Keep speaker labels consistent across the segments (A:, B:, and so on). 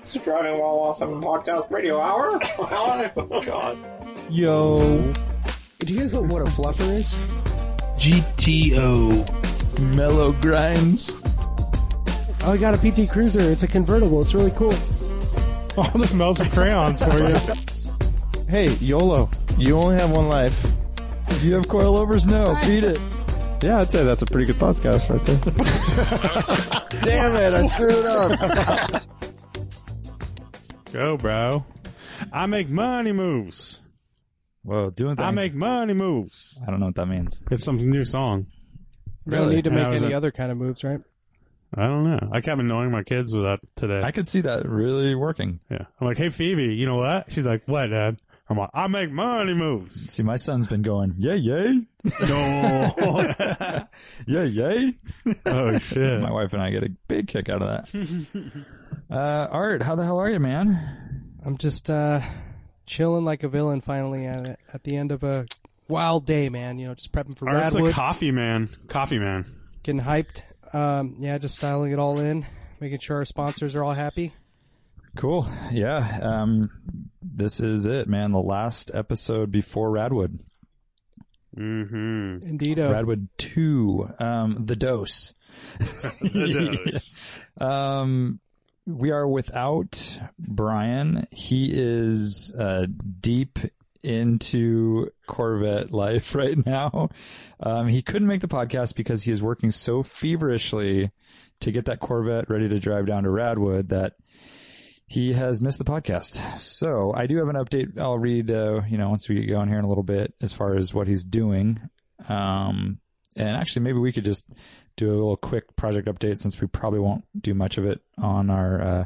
A: It's driving while awesome podcast radio hour. oh God!
B: Yo,
C: Do you guys know what a fluffer is?
B: GTO, mellow grinds.
C: Oh, I got a PT Cruiser. It's a convertible. It's really cool.
D: All the smells of crayons for you.
B: Hey, YOLO, you only have one life. Do you have coilovers? No, beat it. Yeah, I'd say that's a pretty good podcast right there.
E: Damn it, I screwed up.
D: Go, bro. I make money moves.
F: Whoa, doing that.
D: I make money moves.
F: I don't know what that means.
D: It's some new song.
C: You don't need to
D: Yeah,
C: make
D: I was
C: any
D: a-
C: other kind of moves, right?
D: I don't know. I kept annoying my kids with that today.
F: I could see that really working.
D: yeah. I'm like, hey, Phoebe, you know what? She's like, what, Dad? I'm like, I make money moves.
F: See, my son's been going, yay, yay,
D: No.
F: yay, yay.
D: oh, shit.
F: My wife and I get a big kick out of that. uh, Art, how the hell are you, man?
C: I'm just uh, chilling like a villain finally at, at the end of a wild day, man. You know, just prepping for
D: Art's a
C: Radwood,
D: coffee man. Coffee man.
C: getting hyped. Um, yeah, just styling it all in, making sure our sponsors are all happy.
F: Cool. Yeah. Um, this is it, man. The last episode before Radwood.
D: Mm-hmm.
C: Indeed.
F: Radwood 2, um, The Dose.
D: It does.
F: Um, we are without Brian. He is uh, deep into Corvette life right now. Um, he couldn't make the podcast because he is working so feverishly to get that Corvette ready to drive down to Radwood that he has missed the podcast. So I do have an update. I'll read, uh, you know, once we get going here in a little bit as far as what he's doing. Um, and actually, maybe we could just do a little quick project update since we probably won't do much of it on our uh,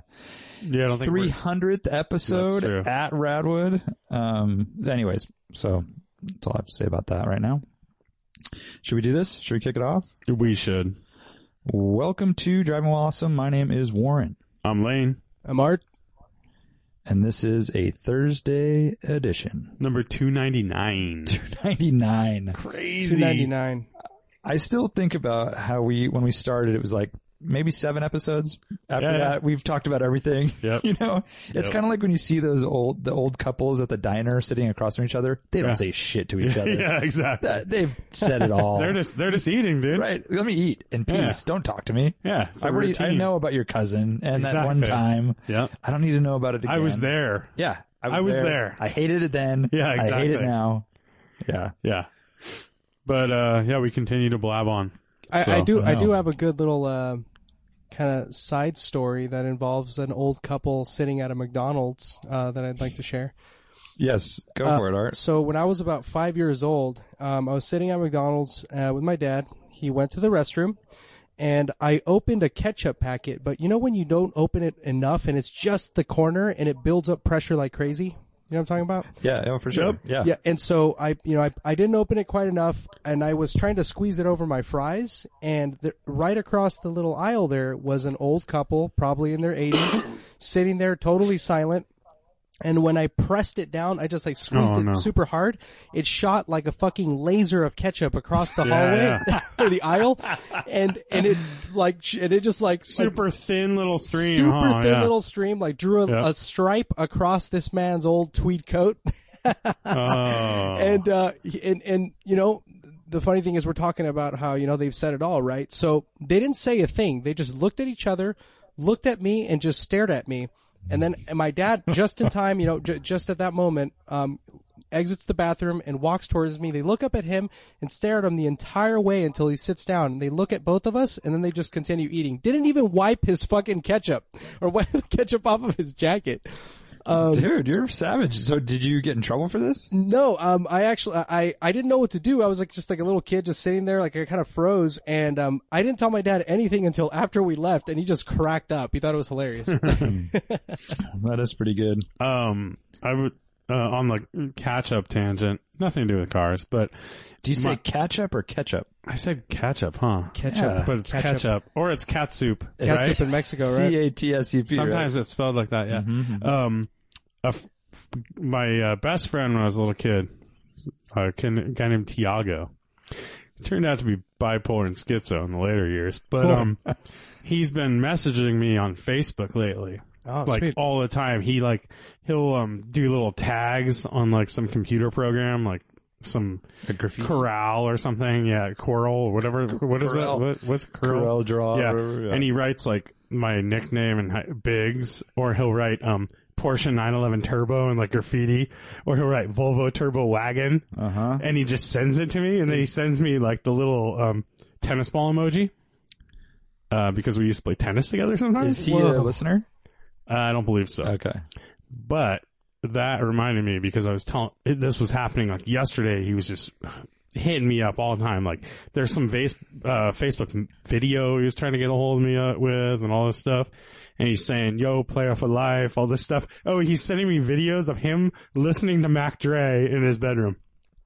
D: Yeah, I don't think we're-
F: 300th episode
D: That's true.
F: at Radwood. Um, anyways, so that's all I have to say about that right now. Should we do this? Should we kick it off?
D: we should.
F: Welcome to Driving While Awesome. My name is Warren,
D: I'm Lane.
C: I'm Art.
F: and this is a Thursday edition.
D: Number 299.
F: 299.
D: Crazy.
C: 299.
F: I still think about how we, when we started, it was like maybe seven episodes. After
D: Yeah.
F: that, we've talked about everything.
D: Yep.
F: You know, it's
D: Yep.
F: kind of like when you see those old, the old couples at the diner sitting across from each other. They don't
D: Yeah.
F: say shit to each other.
D: Yeah, exactly.
F: That- they've said it all.
D: They're just they're just eating, dude.
F: right. Let me eat in peace.
D: Yeah.
F: Don't talk to me.
D: Yeah, it's a
F: I already I
D: routine.
F: know about your cousin and that one
D: Exactly.
F: time.
D: Yeah.
F: I don't need to know about it again.
D: I was there.
F: Yeah.
D: I was there.
F: I hated it then.
D: Yeah,
F: I hate it
D: exactly.
F: now. Yeah.
D: Yeah. But uh yeah, we continue to blab on.
C: I,
D: So,
C: I do. I
F: no.
C: do have a good little uh, kind of side story that involves an old couple sitting at a McDonald's uh, that I'd like to share.
F: Yes. Go
C: Uh,
F: for it, Art.
C: So when I was about five years old, um, I was sitting at McDonald's uh, with my dad. He went to the restroom, and I opened a ketchup packet. But you know when you don't open it enough, and it's just the corner, and it builds up pressure like crazy. You know what I'm talking about?
F: Yeah. Oh, for sure. Yeah.
C: Yeah, and so I, you know, I, I didn't open it quite enough, and I was trying to squeeze it over my fries, and the, right across the little aisle there was an old couple, probably in their 80s, sitting there totally silent. And when I pressed it down, I just like squeezed
D: Oh,
C: it
D: no.
C: super hard. It shot like a fucking laser of ketchup across the
D: Yeah,
C: hallway or the aisle, and and it like sh- and it just like like,
D: Super thin little stream.
C: super
D: huh?
C: thin
D: Yeah.
C: little stream, like drew a,
D: Yeah.
C: a stripe across this man's old tweed coat.
D: Oh.
C: and uh, he- and and you know the funny thing is we're talking about how you know they've said it all right so they didn't say a thing they just looked at each other looked at me and just stared at me and then and my dad just in time you know j- just at that moment um exits the bathroom and walks towards me they look up at him and stare at him the entire way until he sits down and they look at both of us and then they just continue eating didn't even wipe his fucking ketchup or wipe the ketchup off of his jacket
F: Dude, you're savage. So did you get in trouble for this?
C: No, um, I actually, I, I didn't know what to do. I was like, just like a little kid, just sitting there, like I kind of froze, and um, I didn't tell my dad anything until after we left, and he just cracked up. He thought it was hilarious.
F: That is pretty good.
D: um I would uh, on the catch up tangent. Nothing to do with cars, but
F: Do you say ketchup or ketchup?
D: I said ketchup, huh?
C: Ketchup.
D: Yeah, but it's
C: Ketchup.
D: ketchup. Or it's cat soup.
C: Cat
D: right?
C: soup in Mexico, right?
F: C A T S U P. Mm-hmm.
D: Sometimes it's spelled like that, yeah. Um, a f- f- my uh, best friend when I was a little kid, uh, a kid, guy named Tiago, turned out to be bipolar and schizo in the later years, but um, he's been messaging me on Facebook lately.
C: Oh,
D: like
C: sweet.
D: all the time. He like he'll um do little tags on like some computer program, like some
F: A graffiti.
D: corral or something. Yeah, coral or whatever. What is that?
F: Corral.
D: What, what's
F: Corel draw.
D: yeah.
F: or whatever,
D: And he writes like my nickname and hi- Biggs, or he'll write um Porsche 911 Turbo and like graffiti, or he'll write Volvo Turbo Wagon,
F: Uh-huh.
D: and he just sends it to me, and then he sends me like the little um tennis ball emoji. Uh, because we used to play tennis together sometimes.
F: Is he
D: Whoa.
F: a listener?
D: Uh, I don't believe so.
F: Okay.
D: But that reminded me because I was telling it- this was happening like yesterday. He was just hitting me up all the time. Like there's some face, uh, Facebook video he was trying to get a hold of me uh, with and all this stuff. And he's saying, yo, player for life, all this stuff. Oh, he's sending me videos of him listening to Mac Dre in his bedroom.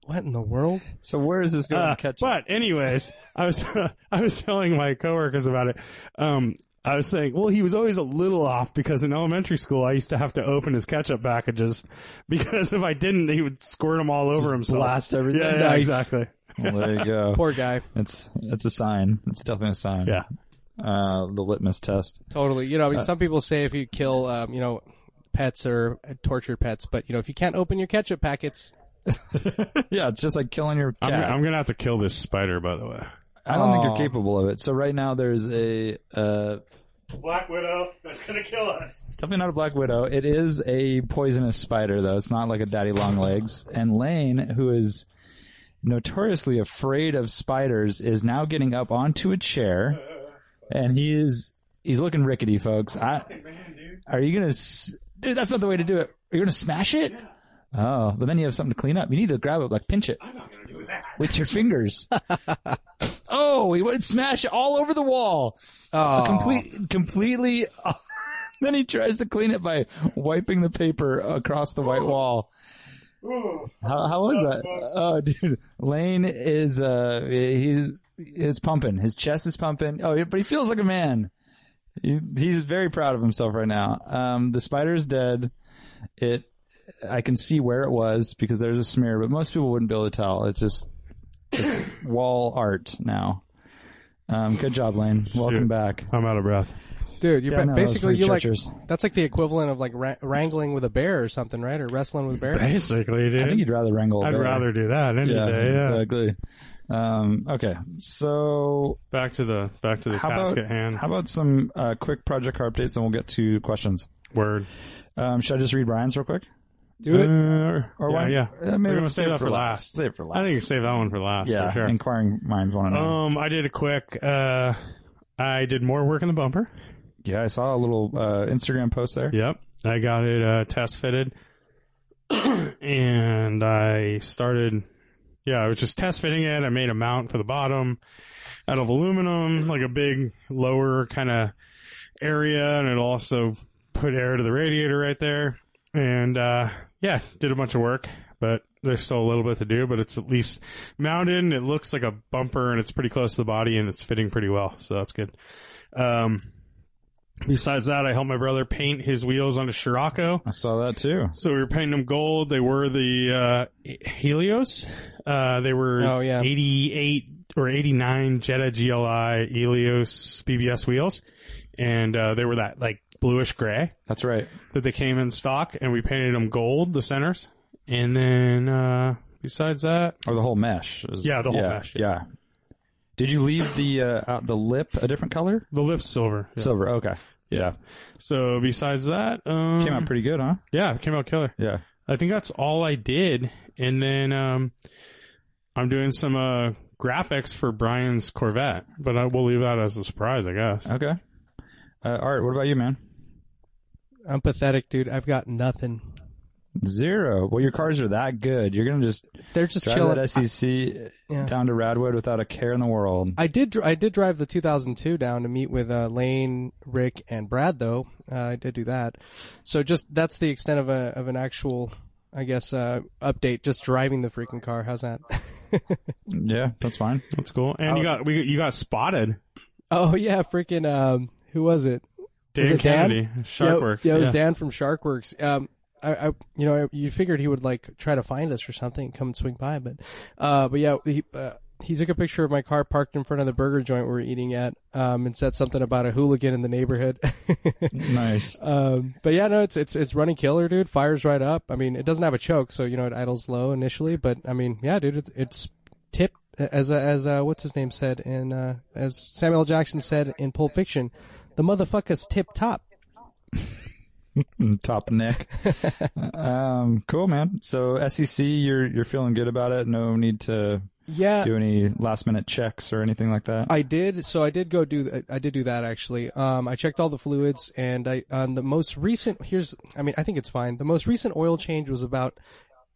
C: What in the world?
F: So where is this going
D: Uh,
F: to catch up?
D: but anyways, I was I was telling my coworkers about it. Um, I was saying, well, he was always a little off because in elementary school I used to have to open his ketchup packages because if I didn't, he would squirt them all over himself.
F: blast everything?
D: Yeah, yeah,
F: Nice.
D: exactly.
F: Well, there you go.
C: Poor guy.
F: It's it's a sign. It's definitely a sign.
D: Yeah.
F: Uh, the litmus test.
C: Totally. You know, I mean, some people say if you kill, um, you know, pets or uh, torture pets, but you know, if you can't open your ketchup packets,
F: yeah, it's just like killing your
D: I'm,
F: cat.
D: I'm gonna have to kill this spider, by the way.
F: I don't think
C: Aw.
F: you're capable of it. So right now there's a uh,
D: Black Widow, that's gonna kill us.
F: it's definitely not a black widow. It is a poisonous spider though. It's not like a daddy long legs. And Lane, who is notoriously afraid of spiders, is now getting up onto a chair, and he is he's looking rickety, folks. I, are you gonna s- dude? That's not the way to do it. Are you gonna smash it? Oh, but then you have something to clean up. You need to grab it, like pinch it. With your fingers. oh, he would smash it all over the wall
C: oh,
F: complete, completely. then he tries to clean it by wiping the paper across the white wall. How, how was that? Oh, dude, Lane is uh, he's it's pumping. His chest is pumping. Oh, yeah, but he feels like a man. He, he's very proud of himself right now. Um, the spider is dead. It, I can see where it was because there's a smear, but most people wouldn't be able to tell. It's just it's wall art now. Um, good job, Lane. Welcome
D: Shoot.
F: back.
D: I'm out of breath.
C: dude, you're
F: Yeah,
C: ba-
F: no, that was
C: basically
F: pretty
C: you're like
F: treacherous.
C: that's like the equivalent of like ra- wrangling with a bear or something, right? Or wrestling with a bear.
D: Basically,
F: I think
D: dude.
F: you'd rather wrangle. a
D: I'd
F: bear.
D: rather do that any
F: Yeah,
D: day. Yeah.
F: exactly. Um, okay, so
D: Back to the back to the
F: how
D: task
F: about
D: at hand.
F: how about some uh, quick project car updates, and we'll get to questions.
D: Word. Uh,
F: Um, should I just read Brian's real quick?
C: Do it.
D: or
F: Or
D: yeah,
F: why-
D: yeah.
F: uh, maybe
D: We're gonna
F: we'll
D: save that for last.
F: Save it for last.
D: I think save that one for last.
F: yeah,
D: for sure.
F: inquiring minds want to know.
D: Um, I did a quick. Uh, I did more work in the bumper.
F: yeah, I saw a little uh, Instagram post there.
D: Yep, I got it uh, test fitted, and I started. Yeah, I was just test fitting it. I made a mount for the bottom out of aluminum, like a big lower kind of area, and it also put air to the radiator right there. And uh, yeah, did a bunch of work, but there's still a little bit to do. But it's at least mounted, and it looks like a bumper, and it's pretty close to the body, and it's fitting pretty well, so that's good. Um, Besides that, I helped my brother paint his wheels onto Scirocco.
F: I saw that too.
D: So we were painting them gold. They were the uh, Helios. Uh, they were
C: Oh, yeah.
D: 88 or 89 Jetta GLI Helios BBS wheels. And uh, they were that like bluish gray
F: That's right.
D: that they came in stock. And we painted them gold, the centers. And then uh, besides that,
F: Or the whole mesh. is-
D: Yeah, the whole
F: yeah,
D: mesh, yeah.
F: Yeah. Did you leave the uh, out the lip a different color?
D: the lips silver. So,
F: Silver. Okay. Yeah.
D: so besides that, um,
F: Came out pretty good, huh?
D: yeah, it came out killer.
F: Yeah.
D: I think that's all I did. And then um, I'm doing some uh, graphics for Brian's Corvette, but I will leave that as a surprise, I guess.
F: Okay. Uh, Art, what about you, man?
C: I'm pathetic, dude. I've got nothing.
F: Zero. Well, your cars are that good. You're gonna just
C: They're just
F: drive
C: chilling.
F: that SEC
C: Yeah.
F: down to Radwood without a care in the world.
C: I did. dr- I did drive the 2002 down to meet with uh, Lane, Rick, and Brad. Though uh, I did do that, so just that's the extent of a of an actual, I guess, uh, update. Just driving the freaking car. How's that?
F: Yeah, that's fine.
D: That's cool. And
F: Uh,
D: you got we you got spotted,
C: oh yeah, freaking. Um, who was it?
D: Dan
C: it Dan?
D: Kennedy, Sharkworks.
C: Yeah, it was
D: yeah.
C: Dan from Sharkworks. Um, I, I, you know, you figured he would like try to find us or something, come and swing by, but, uh, but yeah, he, uh, he took a picture of my car parked in front of the burger joint we were eating at, um, and said something about a hooligan in the neighborhood.
F: Nice.
C: Um, but yeah, no, it's it's it's running killer, dude. Fires right up. I mean, it doesn't have a choke, so you know it idles low initially. But I mean, yeah, dude, it's it's tip as uh, as uh, what's his name said in uh, as Samuel L. Jackson said in Pulp Fiction, the motherfucker's tip top.
F: Top neck. um, cool, man. So SEC, you're you're feeling good about it. No need to
C: Yeah,
F: do any last minute checks or anything like that.
C: I did. So I did go do. I did do that actually. Um, I checked all the fluids, and I on the most recent. Here's. I mean, I think it's fine. The most recent oil change was about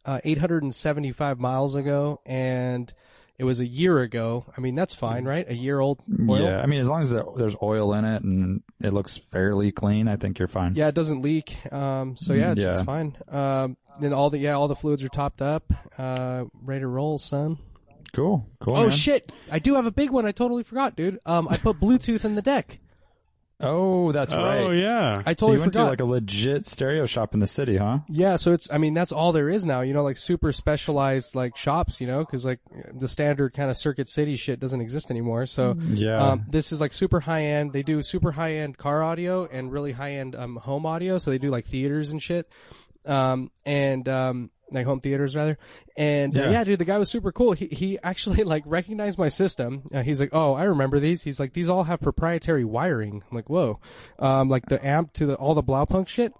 C: uh, 875 miles ago, and it was a year ago. I mean, that's fine, right? A year old oil.
F: Yeah, I mean, as long as there- there's oil in it and it looks fairly clean, I think you're fine.
C: Yeah, it doesn't leak. Um, so yeah, it's, it's
F: Yeah.
C: fine. Um, then all the yeah, all the fluids are topped up. Uh, ready to roll, son.
F: Cool. Cool.
C: Oh
F: man.
C: shit! I do have a big one. I totally forgot, dude. Um, I put Bluetooth in the deck.
F: Oh, that's right.
D: Oh yeah.
C: I
F: So
C: totally
F: you went
C: forgot.
F: to like a legit stereo shop in the city, huh?
C: Yeah, so it's I mean that's all there is now, you know, like super specialized like shops, you know, cuz like the standard kind of circuit city shit doesn't exist anymore. So
F: Yeah.
C: um this is like super high end. They do super high end car audio and really high end um home audio, so they do like theaters and shit. Um and um like home theaters rather. And uh, yeah,
F: Yeah.
C: dude, the guy was super cool. He he actually like recognized my system. Uh, he's like, "Oh, I remember these." He's like, "These all have proprietary wiring." I'm like, "Whoa." Um like the amp to the all the Blaupunk shit.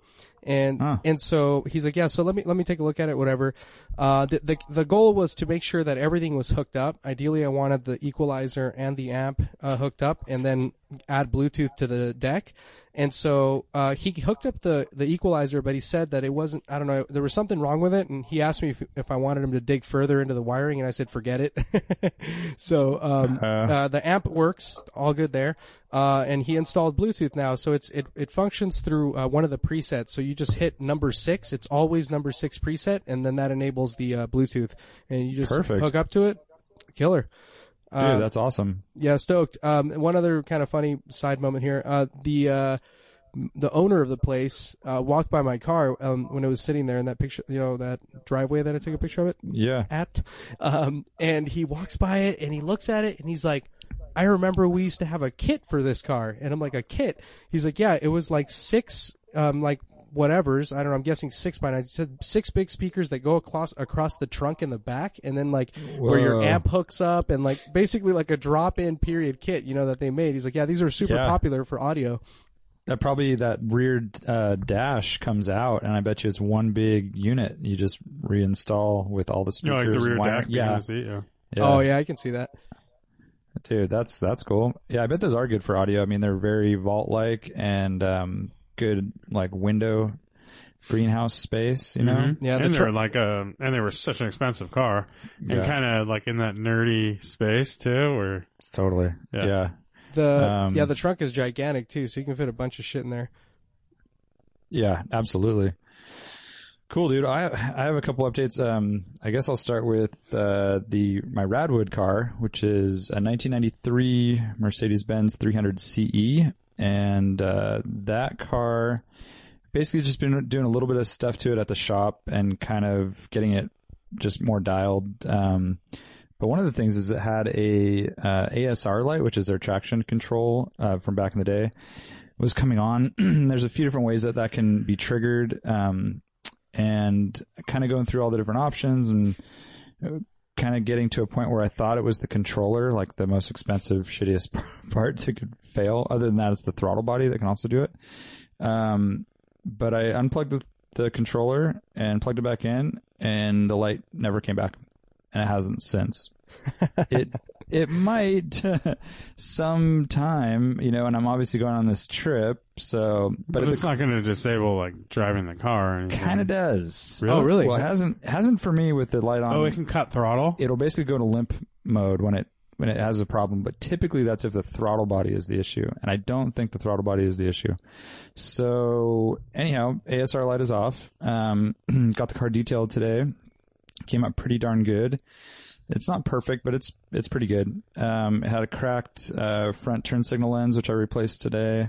C: And
F: Huh.
C: and so he's like, yeah. So let me let me take a look at it. Whatever. Uh, the, the the goal was to make sure that everything was hooked up. Ideally, I wanted the equalizer and the amp uh, hooked up, and then add Bluetooth to the deck. And so uh, he hooked up the the equalizer, but he said that it wasn't. I don't know. There was something wrong with it, and he asked me if, if I wanted him to dig further into the wiring, and I said forget it. so um,
F: Uh.
C: uh, the amp works, all good there. Uh, and he installed Bluetooth now, so it's it, it functions through uh, one of the presets. So you just hit number six; it's always number six preset, and then that enables the uh, Bluetooth, and you just
F: Perfect.
C: hook up to it. Killer. Um,
F: Dude, that's awesome.
C: Yeah, stoked. Um, one other kind of funny side moment here. Uh, the uh, m- the owner of the place uh, walked by my car um, when it was sitting there in that picture, you know, that driveway that I took a picture of it
F: Yeah.
C: at. Um, and he walks by it and he looks at it and he's like, I remember we used to have a kit for this car. And I'm like, a kit? He's like, yeah, it was like six, um, like whatever's. I don't know. I'm guessing six by nine. He said six big speakers that go across, across the trunk in the back and then like where your
F: Whoa.
C: amp hooks up and like basically like a drop in period kit, you know, that they made. He's like, yeah, these are super
F: Yeah.
C: popular for audio.
F: That probably that rear uh, dash comes out, and I bet you it's one big unit. You just reinstall with all the
D: You
F: speakers.
D: know, like the rear
F: and wire-
D: deck. being in
F: Yeah,
D: the seat, yeah.
C: Oh yeah, I can see that.
F: dude, that's that's cool. Yeah, I bet those are good for audio. I mean, they're very vault like and um, good like window greenhouse space. You know,
C: Yeah, the
D: Mm-hmm. and
C: tr-
D: they're like a, and they were such an expensive car, and
F: Yeah.
D: kind of like in that nerdy space too. Where
F: totally.
D: Yeah.
F: yeah.
C: The,
F: Um,
C: yeah, the trunk is gigantic too, so you can fit a bunch of shit in there.
F: Yeah, absolutely. Cool, dude. I I have a couple updates. Um, I guess I'll start with uh, the my Radwood car, which is a 1993 Mercedes Benz 300 CE, E. and uh, that car basically just been doing a little bit of stuff to it at the shop and kind of getting it just more dialed. Um, but one of the things is it had a uh, ASR light, which is their traction control uh, from back in the day was coming on. There's a few different ways that that can be triggered, um, and kind of going through all the different options and uh, kind of getting to a point where I thought it was the controller, like the most expensive, shittiest part that could fail. Other than that, it's the throttle body that can also do it. Um, but I unplugged the, the controller and plugged it back in, and the light never came back, and it hasn't since. it it might sometime, you know, and I'm obviously going on this trip, so but,
D: but,
F: if
D: it's not going to disable like driving the car. Or anything.
F: kind of does.
D: Really?
C: Oh, really?
F: Well, it Mm-hmm. hasn't hasn't for me with the light on.
D: Oh, it can cut throttle.
F: it'll basically go to limp mode when it when it has a problem, but typically that's if the throttle body is the issue, and I don't think the throttle body is the issue. So anyhow, ASR light is off. Um, got the car detailed today. Came out pretty darn good. It's not perfect, but it's it's pretty good. Um, it had a cracked uh, front turn signal lens, which I replaced today,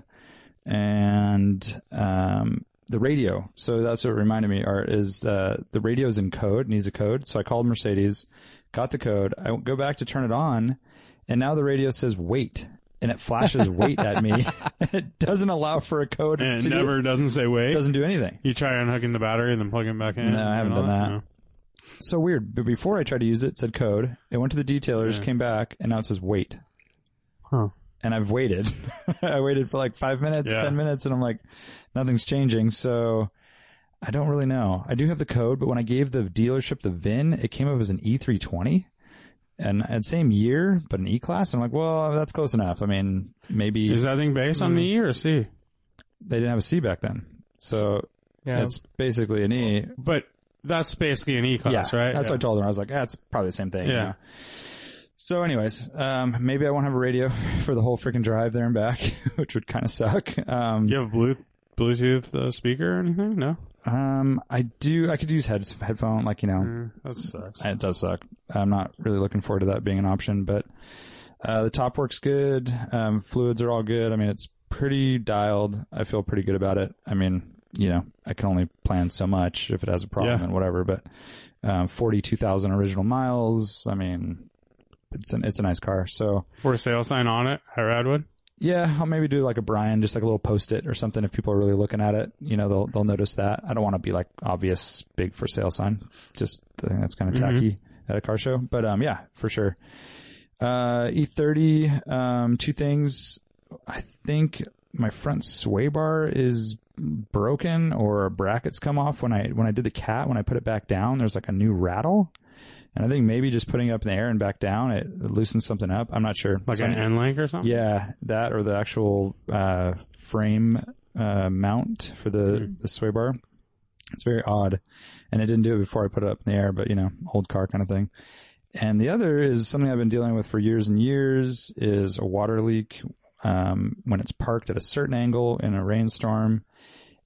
F: and um, the radio. So that's what it reminded me. Or is uh, the radio's in code? Needs a code. So I called Mercedes Got the code. I go back to turn it on, and now the radio says wait, and it flashes wait at me. it doesn't allow for a code.
D: And
F: to
D: it
F: do-
D: never doesn't say
F: it
D: wait.
F: doesn't do anything.
D: You try unhooking the battery and then plugging it back in.
F: No, I haven't
D: and all
F: done that.
D: No.
F: So weird. But before I tried to use it, it said code. It went to the detailers, came back, and now it says wait.
D: Huh.
F: And I've waited. I waited for like five minutes,
D: Yeah.
F: ten minutes, and I'm like, nothing's changing. So I don't really know. I do have the code, but when I gave the dealership the VIN, it came up as an E320. And at same year, but an E class. I'm like, well, that's close enough. I mean, maybe
D: Is that thing based
F: Mm-hmm.
D: on the E or C?
F: they didn't have a C back then, so
C: Yeah.
F: it's basically an E.
D: But that's basically an E class,
F: yeah,
D: right?
F: That's
D: yeah.
F: what I told them. I was like, that's probably the same thing. you
D: Yeah.
F: know? So, anyways, um, maybe I won't have a radio for the whole freaking drive there and back, which would kind of suck. Um,
D: Do you have a Bluetooth, Bluetooth uh, speaker or anything? No.
F: um, I do. I could use head, headphone, like you know,
D: Mm, that sucks.
F: it does suck. I'm not really looking forward to that being an option, but uh, the top works good. Um, fluids are all good. I mean, it's pretty dialed. I feel pretty good about it. I mean, you know, I can only plan so much if it has a problem
D: Yeah.
F: and whatever, but um, 42,000 original miles. I mean, it's an, it's a nice car. So
D: For sale sign on it at Radwood.
F: yeah, I'll maybe do like a Brian, just like a little post it or something. If people are really looking at it, you know, they'll, they'll notice that. I don't want to be like obvious big for sale sign. Just I think that's kind of
D: Mm-hmm.
F: tacky at a car show, but, um, yeah, for sure. Uh, E30, um, two things. I think my front sway bar is broken or brackets come off when I, when I did the cat, when I put it back down, there's like a new rattle. And I think maybe just putting it up in the air and back down, it loosens something up. I'm not sure.
D: Like
F: So I
D: an
F: need-
D: N link or something?
F: yeah, that or the actual uh, frame uh, mount for the,
D: Mm-hmm.
F: the sway bar. It's very odd. And I didn't do it before I put it up in the air, but you know, old car kind of thing. And the other is something I've been dealing with for years and years is a water leak um, when it's parked at a certain angle in a rainstorm.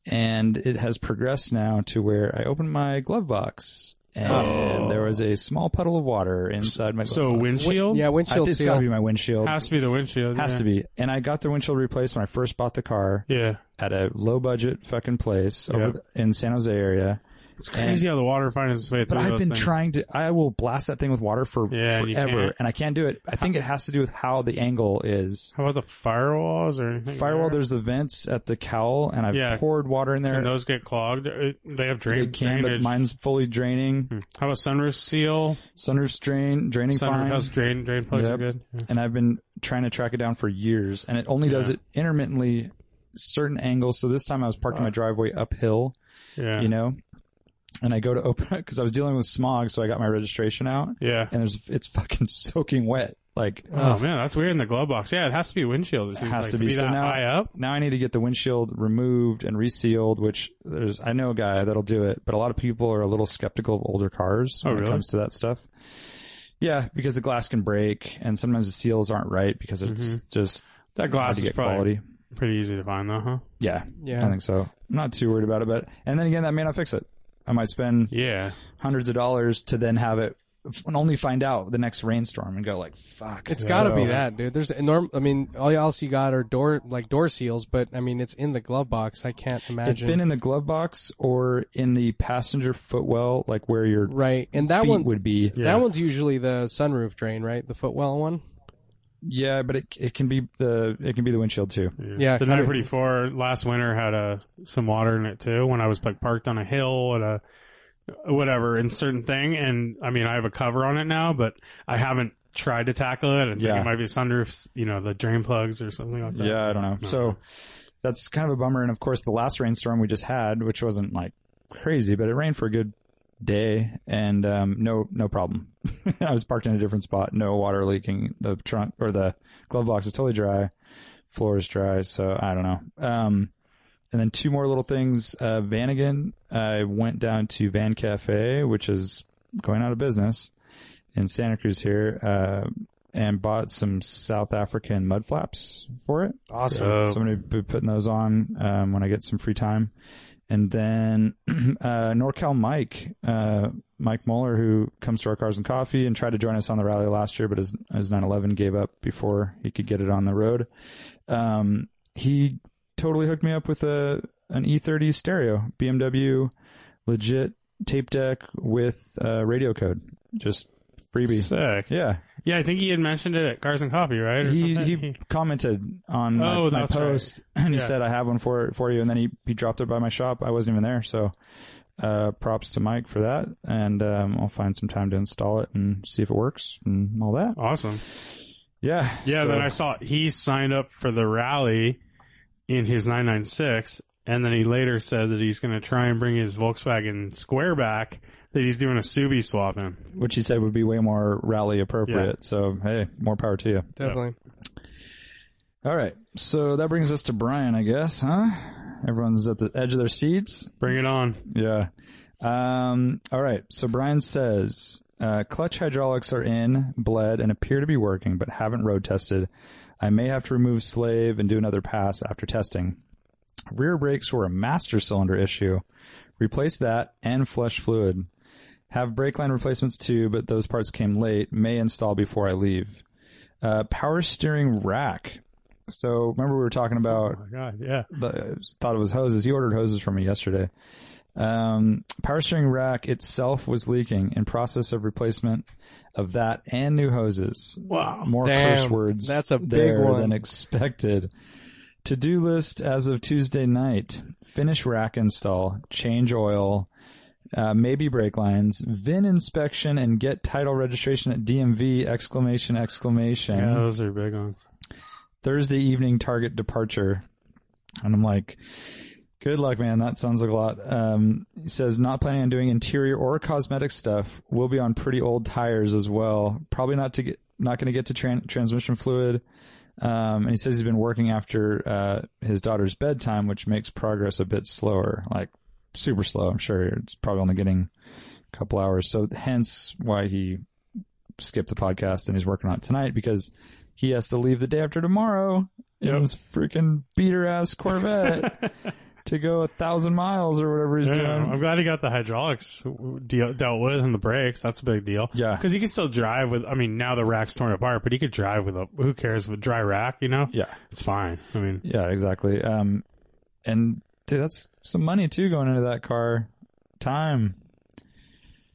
F: And it has progressed now to where I opened my glove box and there was a small puddle of water inside my glove
D: Oh. So
F: box.
D: windshield?
C: yeah,
F: I think
C: windshield
F: it's got to
C: seal.
F: be my windshield.
D: Has to be the windshield.
F: Has
D: yeah.
F: to be. And I got the windshield replaced when I first bought the car
D: Yeah.
F: at a low budget fucking place over
D: Yeah.
F: th- in San Jose area.
D: It's crazy how the water finds its way through
F: But I've
D: those
F: been
D: things.
F: trying to. I will blast that thing with water for
D: Yeah, and you
F: forever,
D: can't.
F: and I can't do it. I think it has to do with how the angle is.
D: How about the firewalls or anything?
F: Firewall,
D: there?
F: there's the vents at the cowl, and I've
D: Yeah.
F: poured water in there.
D: Can those get clogged? Uh, They have drain,
F: they can,
D: drainage. Hmm.
F: but mine's fully draining.
D: How about sunroof seal?
F: Sunroof's drain, draining
D: Sunroof
F: fine.
D: has drain drain plugs
F: Yep.
D: are good. Yeah.
F: and I've been trying to track it down for years, and it only does it intermittently, certain angles. So this time I was parking
D: Uh.
F: my driveway uphill,
D: Yeah.
F: you know, and I go to open because I was dealing with smog, so I got my registration out,
D: yeah.
F: and there's it's fucking soaking wet. Like
D: Oh man, that's weird in the glove box. Yeah, it has to be windshield. It, seems
F: has
D: like,
F: to be. So
D: that
F: now-
D: high up.
F: now I need to get the windshield removed and resealed, which there's I know a guy that'll do it, but a lot of people are a little skeptical of older cars
D: Oh,
F: when
D: really?
F: it comes to that stuff. Yeah, because the glass can break, and sometimes the seals aren't right because it's just
D: That Mm-hmm. glass
F: hard to
D: is
F: get
D: probably
F: quality.
D: pretty easy to find though, huh?
F: Yeah,
C: Yeah.
F: I think so. I'm not too worried about it, but and then again, that may not fix it. I might spend
D: Yeah.
F: hundreds of dollars to then have it f- and only find out the next rainstorm and go like, "Fuck."
C: It's got to
F: So-
C: be that, dude. There's enorm. I mean, all else you got are door like door seals, but I mean, it's in the glove box. I can't imagine.
F: It's been in the glove box or in the passenger footwell, like where your
C: right, and that
F: feet
C: one
F: would be.
D: Yeah.
C: that one's usually the sunroof drain, right? The footwell one.
F: Yeah, but it it can be the it can be the windshield too.
C: Yeah,
D: The
C: kinda-
D: 944 last winter had a some water in it too. When I was like parked on a hill at a whatever in certain thing, and I mean I have a cover on it now, but I haven't tried to tackle it. And think
F: Yeah.
D: it might be sunroofs, you know, the drain plugs or something like that.
F: Yeah, I don't know. So that's kind of a bummer. And of course, the last rainstorm we just had, which wasn't like crazy, but it rained for a good day and um, no no problem. I was parked in a different spot, no water leaking. The trunk or the glove box is totally dry, floor is dry. So I don't know. Um, and then two more little things. Uh, Vanagon, I went down to Van Cafe, which is going out of business in Santa Cruz here, uh, and bought some South African mud flaps for it.
C: Awesome.
D: So,
F: So I'm going to be putting those on um, when I get some free time. And then uh, NorCal Mike, uh, Mike Muller, who comes to our Cars and Coffee and tried to join us on the rally last year, but his, his 911 gave up before he could get it on the road. Um, he totally hooked me up with a an E30 stereo, BMW, legit tape deck with uh, radio code. Just
B: freebie.
D: Sick.
B: Yeah,
D: Yeah, I think he had mentioned it at Cars and Coffee, right? Or
F: he,
D: something?
F: he commented on my,
D: Oh,
F: my
D: that's right.
F: post and he
D: Yeah.
F: said I have one for for you and then he, he dropped it by my shop. I wasn't even there, so uh, props to Mike for that. And um, I'll find some time to install it and see if it works and all that.
D: awesome.
F: Yeah,
D: Yeah,
F: so-
D: then I saw he signed up for the rally in his 996, and then he later said that he's going to try and bring his Volkswagen Square back. That he's doing a Subi swap in.
F: which he said would be way more rally appropriate. So hey, more power to you.
C: Definitely.
F: All right, so that brings us to Brian, I guess, huh? Everyone's at the edge of their seats.
D: Bring it on.
F: Yeah. Um, all right. So Brian says uh, clutch hydraulics are in, bled, and appear to be working, but haven't road tested. I may have to remove slave and do another pass after testing. Rear brakes were a master cylinder issue. Replace that and flush fluid. Have brake line replacements too, but those parts came late. May install before I leave. Uh, power steering rack. So remember we were talking about
D: Oh my God, yeah.
F: the, thought it was hoses. He ordered hoses from me yesterday. Um, power steering rack itself was leaking in process of replacement of that and new hoses.
D: Wow.
F: More
C: Damn,
F: curse words
C: that's a big
F: there
C: one.
F: than expected. To do list as of Tuesday night: finish rack install, change oil, uh, maybe brake lines, VIN inspection, and get title registration at DMV! Exclamation! Exclamation!
D: Yeah, those are big ones.
F: Thursday evening target departure. And I'm like, good luck, man. That sounds like a lot. Um, he says, not planning on doing interior or cosmetic stuff. We'll be on pretty old tires as well. Probably not to get, not going to get to tran- transmission fluid. Um, and he says he's been working after, uh, his daughter's bedtime, which makes progress a bit slower, like super slow. I'm sure it's probably only getting a couple hours. So hence why he skipped the podcast and he's working on it tonight because he has to leave the day after tomorrow in
D: Yep.
F: this freaking beater ass Corvette to go a thousand miles or whatever he's
D: Yeah,
F: doing.
D: I'm glad he got the hydraulics deal, dealt with and the brakes. That's a big deal.
F: Yeah.
D: because he can still drive with. I mean, now the rack's torn apart, but he could drive with a. Who cares with dry rack? You know,
F: yeah,
D: it's fine. I mean,
F: yeah, exactly. Um, and dude, that's some money too going into that car. Time.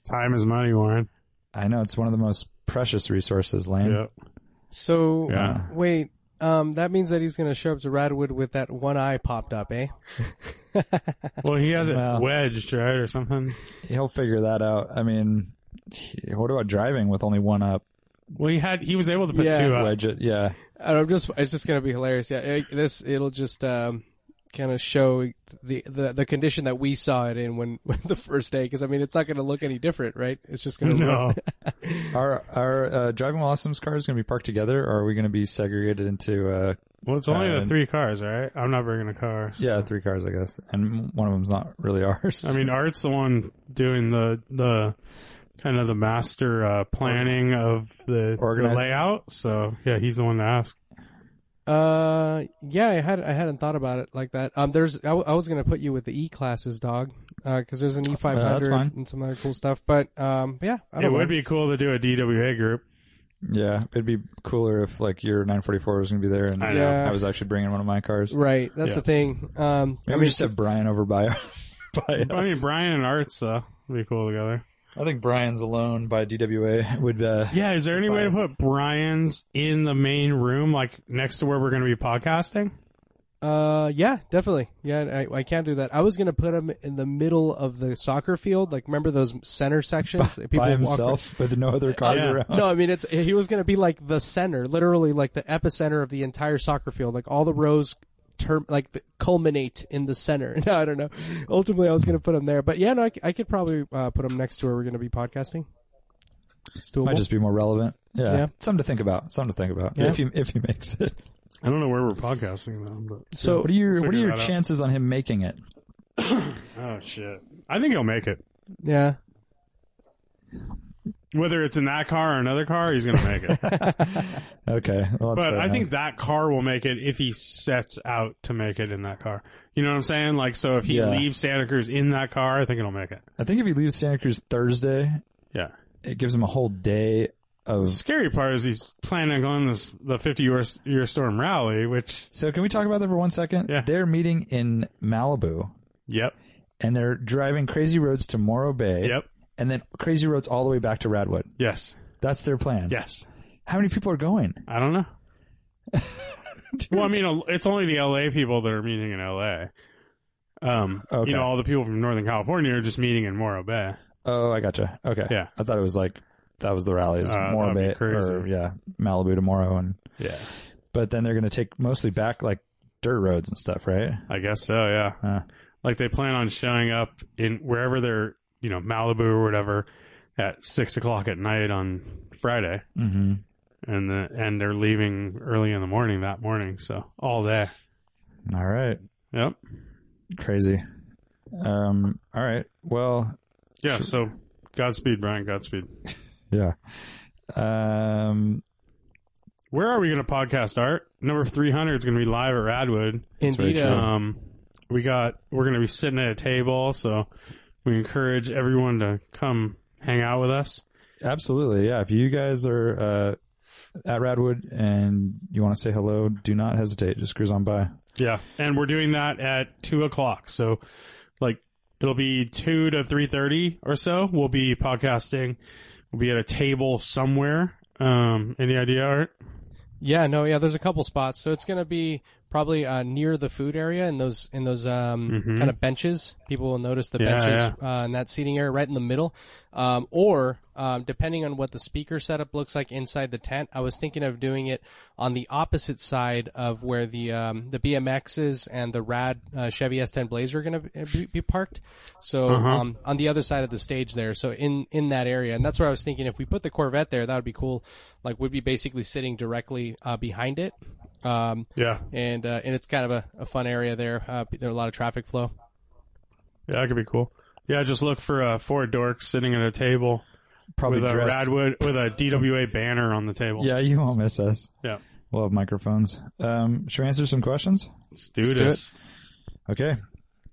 D: time is money, Warren.
F: I know it's one of the most precious resources, Lane. Uh,
D: Yep.
C: So
D: Yeah.
C: wait, um, that means that he's going to show up to Radwood with that one eye popped up, eh?
D: Well, he has it
F: Well-
D: wedged, right, or something.
F: He'll figure that out. I mean, what about driving with only one up?
D: Well, he had. He was able to put
C: Yeah.
D: two up.
F: Wedge it, yeah.
C: And I'm just, it's just going to be hilarious. Yeah, it- this it'll just um, kind of show the, the the condition that we saw it in when, when the first day. Because I mean, it's not going to look any different, right? It's just going to
D: No,
F: Our our uh, driving while awesome's car is going to be parked together, or are we going to be segregated into uh,
D: well, it's only
F: Uh,
D: the three cars, right? I'm not bringing a car. so-
F: yeah three cars, I guess, and one of them's not really ours.
D: I mean, Art's the one doing the the kind of the master uh, planning of the, the
F: Organizing.
D: layout. So yeah, he's the one to ask.
C: Uh, yeah, I had I hadn't thought about it like that. Um, there's I, w- I was gonna put you with the E classes, dog, because there's an E five hundred
F: fine.
C: and some other cool stuff. But um, yeah, I
D: It
C: don't
D: would
C: mind.
D: be cool to do a DWA group.
F: yeah, it'd be cooler if like your 944 was going to be there, and
D: I
F: I,
D: know.
C: Yeah.
F: was actually bringing one of my cars.
C: right. That's
D: Yeah.
C: the thing. Um,
F: Maybe
C: I
F: we
C: mean,
F: just have Brian over by, by
D: I mean,
F: us.
D: Brian and Arts though would be cool together.
F: I think Brian's alone by DWA would. Uh,
D: Yeah, is there any way to
F: Suffice.
D: put Brian's in the main room, like next to where we're going to be podcasting?
C: uh, yeah, definitely. Yeah, I I can do that. I was gonna put him in the middle of the soccer field. Like, remember those center sections? that
F: by
C: walk-
F: himself with no other cars
D: Yeah.
F: around.
C: No, I mean it's he was going to be like the center, literally like the epicenter of the entire soccer field. Like all the rows term like the, culminate in the center. No, I don't know. Ultimately, I was going to put him there, but yeah, no, I, c- I could probably uh, put him next to where we're going to be podcasting. It's doable.
F: Might just be more relevant. Yeah.
C: Yeah.
F: something to think about. Something to think about.
C: Yeah.
F: If he if he makes it.
D: I don't know where we're podcasting though.
C: so
F: What are your what are
D: Figure
F: your
D: that out.
F: chances on him making it?
D: But oh shit, I think he'll make it.
C: yeah.
D: Whether it's in that car or another car, he's going to make it.
F: Okay, well, that's
D: but
F: fair
D: I
F: enough.
D: think that car will make it if he sets out to make it in that car. You know what I'm saying? Like, so if he
F: Yeah.
D: leaves Santa Cruz in that car, I think it'll make it.
F: I think if he leaves Santa Cruz Thursday,
D: Yeah.
F: it gives him a whole day of.
D: The scary part is he's planning on going this the 50 year, year storm rally, which
F: So can we talk about that for one second?
D: Yeah.
F: They're meeting in Malibu,
D: yep,
F: and they're driving crazy roads to Morro Bay.
D: yep,
F: And then crazy roads all the way back to Radwood.
D: yes.
F: That's their plan.
D: Yes.
F: How many people are going?
D: I don't know. well, I mean, it's only the LA people that are meeting in LA. Um,
F: Okay.
D: you know, all the people from Northern California are just meeting in Morro Bay.
F: Oh, I gotcha. Okay.
D: Yeah.
F: I thought it was like that was the rally. Is
D: Uh,
F: Morro
D: that'd be
F: Bay
D: crazy.
F: or yeah, Malibu tomorrow, and
D: Yeah,
F: but then they're gonna take mostly back like dirt roads and stuff, right?
D: I guess so. Yeah,
F: Uh.
D: like they plan on showing up in wherever they're, you know, Malibu or whatever, at six o'clock at night on Friday,
F: Mm-hmm.
D: and the and they're leaving early in the morning that morning. So all day.
F: All right.
D: Yep.
F: Crazy. Um. All right. Well.
D: Yeah. So Godspeed, Brian. Godspeed.
F: Yeah. Um.
D: Where are we going to podcast art? Number three hundred is going to be live at Radwood.
C: Indeed. uh,
D: Um, we got we're gonna be sitting at a table, so we encourage everyone to come hang out with us.
F: Absolutely. Yeah. If you guys are uh, at Radwood and you want to say hello, do not hesitate. Just cruise on by.
D: Yeah, and we're doing that at two o'clock. So, like, it'll be two to three thirty or so. We'll be podcasting. We'll be at a table somewhere. Um, any idea, Art?
C: Yeah, no, yeah. There's a couple spots, so it's gonna be probably uh, near the food area in those in those um,
D: Mhm.
C: kind of benches. People will notice the
D: Yeah,
C: benches Uh, in that seating area right in the middle, um, or um, depending on what the speaker setup looks like inside the tent. I was thinking of doing it on the opposite side of where the um, the BMXs and the Rad uh, Chevy S10 Blazer are gonna be, be parked. So
D: Uh-huh.
C: um, on the other side of the stage there, so in in that area, and that's where I was thinking if we put the Corvette there, that would be cool. Like we'd be basically sitting directly uh, behind it. Um,
D: Yeah,
C: and uh, and it's kind of a, a fun area there. Uh, there's a lot of traffic flow.
D: yeah, that could be cool. Yeah, just look for uh, four dorks sitting at a table
F: Probably
D: with a
F: dress.
D: Radwood with a DWA banner on the table.
F: Yeah, you won't miss us.
D: Yeah.
F: We'll have microphones. Um, should we answer some questions?
D: let's do
C: Let's do
D: this.
F: Okay.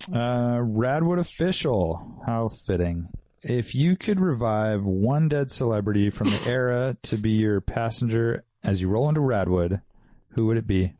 F: Uh, Radwood official. How fitting. If you could revive one dead celebrity from the era to be your passenger as you roll into Radwood, who would it be?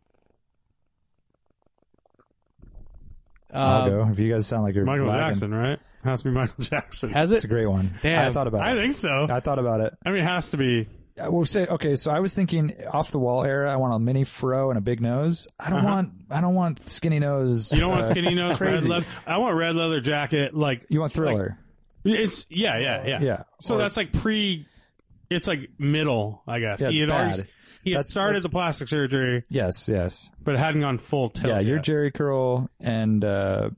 F: I'll
C: Um,
F: go. If you guys sound like you're
D: Michael
F: lagging.
D: Jackson, right? Has to be Michael Jackson.
C: has
F: It's
C: it?
F: a great one.
C: Damn.
F: I thought about
D: I
F: it.
D: think so.
F: I thought about it.
D: I mean, it has to be.
F: I will say okay. So I was thinking off the wall era. I want a mini fro and a big nose. I don't want. I don't want skinny nose.
D: Uh-huh. You don't want
F: uh,
D: skinny nose, red
F: crazy.
D: leather. I want red leather jacket. Like
F: You want thriller.
D: it's yeah, yeah, yeah.
F: yeah.
D: So
F: Or-
D: that's like pre. It's like middle, I guess.
F: Yeah,
D: he
F: it's
D: had
F: bad.
D: already he had
F: That's-
D: started
F: that's-
D: the plastic surgery,
F: yes. Yes.
D: but hadn't gone full tilt.
F: yeah, you're
D: yet.
F: Jerry Curl and uh,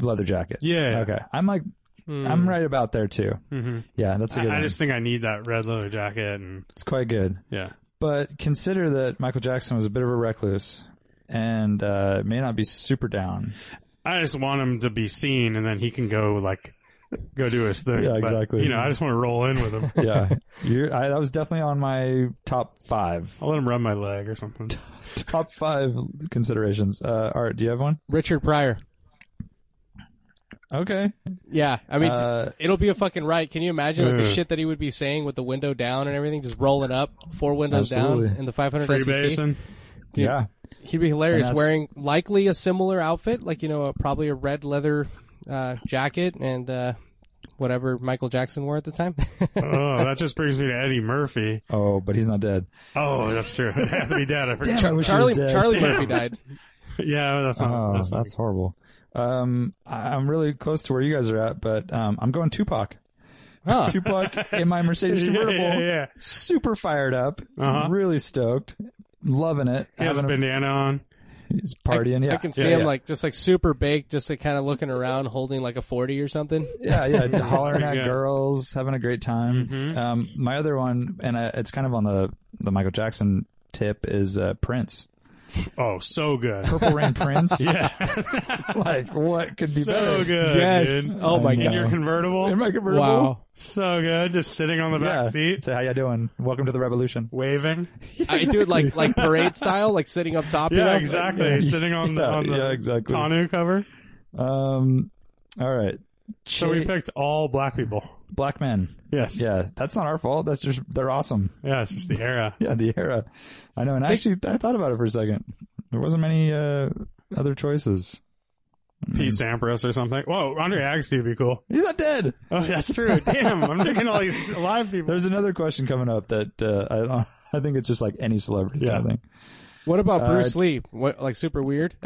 F: leather jacket.
D: Yeah.
F: Okay. I'm like, I'm right about there too.
D: Mhm.
F: Yeah, that's a good
D: I, I
F: one.
D: just think I need that red leather jacket, and
F: it's quite good.
D: yeah,
F: But consider that Michael Jackson was a bit of a recluse and uh, may not be super down.
D: I just want him to be seen, and then he can go like go do his thing.
F: Yeah,
D: But,
F: exactly.
D: you know, I just want to roll in with him.
F: Yeah, you're, I, that was definitely on my top five.
D: I'll let him rub my leg or something.
F: Top five considerations. Uh, Art, do you have one?
C: Richard Pryor.
F: Okay.
C: Yeah, I mean,
F: Uh,
C: it'll be a fucking right. Can you imagine like the
D: Ugh.
C: shit that he would be saying with the window down and everything, just rolling up, four windows
F: Absolutely.
C: down, in the 500
D: Free
C: SEC?
D: basin.
C: Dude,
F: Yeah.
C: E He'd be hilarious
F: And that's-
C: wearing likely a similar outfit, like you know, a, probably a red leather uh, jacket and uh, whatever Michael Jackson wore at the time.
D: oh, that just brings me to Eddie Murphy.
F: Oh, but he's not dead.
D: Oh, that's true. They have to be dead. I forgot.
F: Damn, I wish he was
C: Charlie
F: dead.
C: Charlie Murphy died.
D: Yeah, but that's not.
F: Oh,
D: that's
F: that's,
D: not
F: horrible. Um, I, I'm really close to where you guys are at, but um, I'm going Tupac.
C: Huh.
F: Tupac in my Mercedes
D: Yeah,
F: convertible.
D: yeah, yeah.
F: Super fired up.
D: Uh-huh.
F: Really stoked. Loving it.
D: He has a
F: having
D: bandana on.
F: a, he's partying. yeah.
C: I can see
F: yeah,
C: him
F: yeah.
C: like just like super baked, just like kind of looking around, holding like a forty or something.
F: yeah, yeah, hollering at
D: Yeah.
F: girls, having a great time.
D: Mhm.
F: Um, my other one, and uh, it's kind of on the the Michael Jackson tip, is uh, Prince.
D: Oh, so good.
F: Purple Rain Prince.
D: Yeah,
F: Like, what could be
D: so
F: better?
D: good.
C: yes.
D: Uh, dude.
C: Oh my
F: Yeah.
D: In
C: god.
D: your
F: In
D: convertible,
F: my convertible.
C: Wow.
D: so good. Just sitting on the
F: Yeah.
D: back seat,
F: Say, how you doing? Welcome to the revolution.
D: waving.
C: I do it like like parade style, like sitting up top. you
D: Yeah,
C: know?
D: exactly.
F: yeah.
D: Sitting on the
F: Yeah,
D: on the
F: yeah, exactly.
D: tonneau cover.
F: Um, all right.
D: So we
F: Che-
D: picked all black people.
F: black men.
D: Yes.
F: Yeah, that's not our fault. That's just they're awesome.
D: Yeah. It's just the era.
F: Yeah, the era. I know, and actually, I thought about it for a second. There wasn't many uh, other choices.
D: P. Sampras or something. Whoa, Andre Agassi would be cool.
F: He's not dead.
D: Oh, that's true. Damn, I'm thinking all these live people.
F: There's another question coming up that uh, I don't. I think it's just like any celebrity
D: Yeah.
F: kind of thing.
C: What about
F: Uh,
C: Bruce Lee? What like super weird?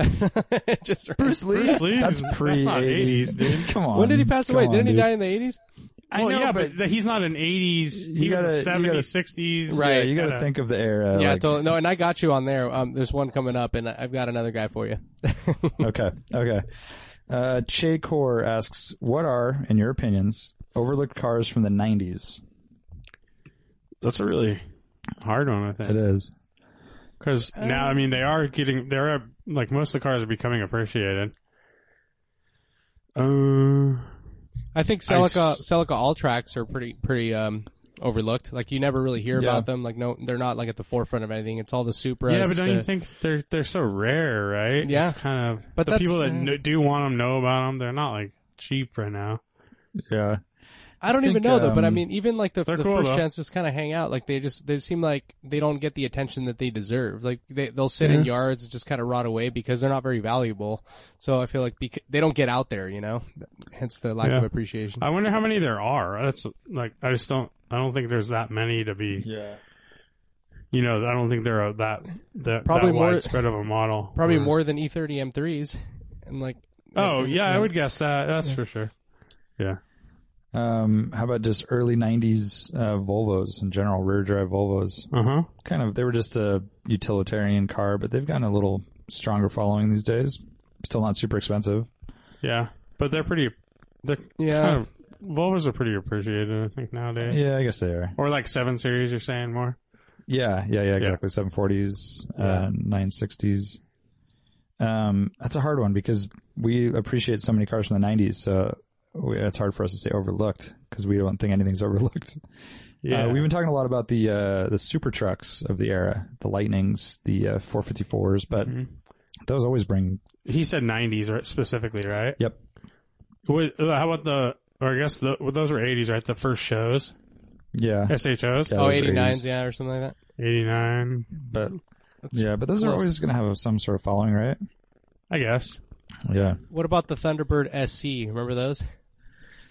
C: Just
F: Bruce Lee.
D: Bruce Lee?
F: That's
D: That's
F: pre
D: not 80s, dude.
F: Come on.
C: When did he pass
F: Come
C: away?
F: on,
C: Didn't he
F: dude.
C: die in the eighties?
D: I
F: Well,
D: know,
F: yeah,
D: but, th- he's not an 80s. He
F: You gotta- you
D: was a 70s,
F: gotta-
D: 60s.
F: Yeah,
C: Right.
F: you got to
D: kinda-
F: think of the era.
C: yeah,
F: like-
C: totally. No, and I got you on there. Um, there's one coming up, and I've got another guy for you.
F: okay. Okay. Uh, Che Core asks, "What are, in your opinions, overlooked cars from the '90s?"
D: That's a really hard one, I think.
F: It is.
D: Because now,
C: Oh.
D: I mean, they are getting there are like most of the cars are becoming appreciated. Uh,
C: I think Celica
D: s-
C: Celica all tracks are pretty pretty um overlooked. Like you never really hear
F: Yeah.
C: about them. Like no, they're not like at the forefront of anything. It's all the Supras.
D: yeah, but don't you
C: the-
D: think they're they're so rare, right?
C: Yeah.
D: it's kind of.
C: But
D: But the
C: that's- uh,
D: people that kn- do want them know about them. They're not like cheap right now.
F: Yeah.
C: I don't
F: I
C: even
F: think,
C: know though. But I
F: um,
C: mean, even like the,
D: they're
C: the
D: cool,
C: first
D: though.
C: chance just kind of hang out. Like they just they seem like they don't get the attention that they deserve. Like they they'll sit in yards and just kind of rot away because they're not very valuable. So I feel like bec- they don't get out there. You know, hence the lack
D: Yeah.
C: of appreciation.
D: I wonder how many there are. That's like I just don't. I don't think there's that many to be.
F: Yeah.
D: You know, I don't think there are that that
C: Probably
D: that
C: more-
D: widespread of a model.
C: Probably
D: Or-
C: more than E E30 M3s, and like
D: Oh yeah, I
C: yeah.
D: would guess that. That's for sure.
F: Um, how about just early '90s uh, Volvos in general, rear drive Volvos?
D: Uh huh.
F: Kind of, they were just a utilitarian car, but they've gotten a little stronger following these days. Still not super expensive.
D: Yeah, but they're pretty. They're
C: Yeah.
D: kind of Volvos Uh, are pretty appreciated, I think nowadays.
F: Yeah, I guess they are.
D: Or like seven series, you're saying more.
F: Yeah, yeah, yeah, exactly. 740s, uh, 960s. Um, that's a hard one because we appreciate so many cars from the 90s, so we, it's hard for us to say overlooked because we don't think anything's overlooked.
D: Yeah.
F: Uh, we've been talking a lot about the uh, the super trucks of the era, the Lightnings, the uh, 454s, but those always bring.
D: He said 90s, right? Specifically, right?
F: Yep.
D: What, uh, how about the? Or I guess the, well, those were 80s, right? The first shows,
F: Yeah.
D: SHOs,
F: Yeah.
C: oh
F: those are
C: 89s,
F: 80s.
C: yeah, or something like that.
D: 89.
F: But yeah, but those are
C: close.
F: always going to have some sort of following, right?
D: I guess.
F: Yeah.
C: What about the Thunderbird SC? Remember those?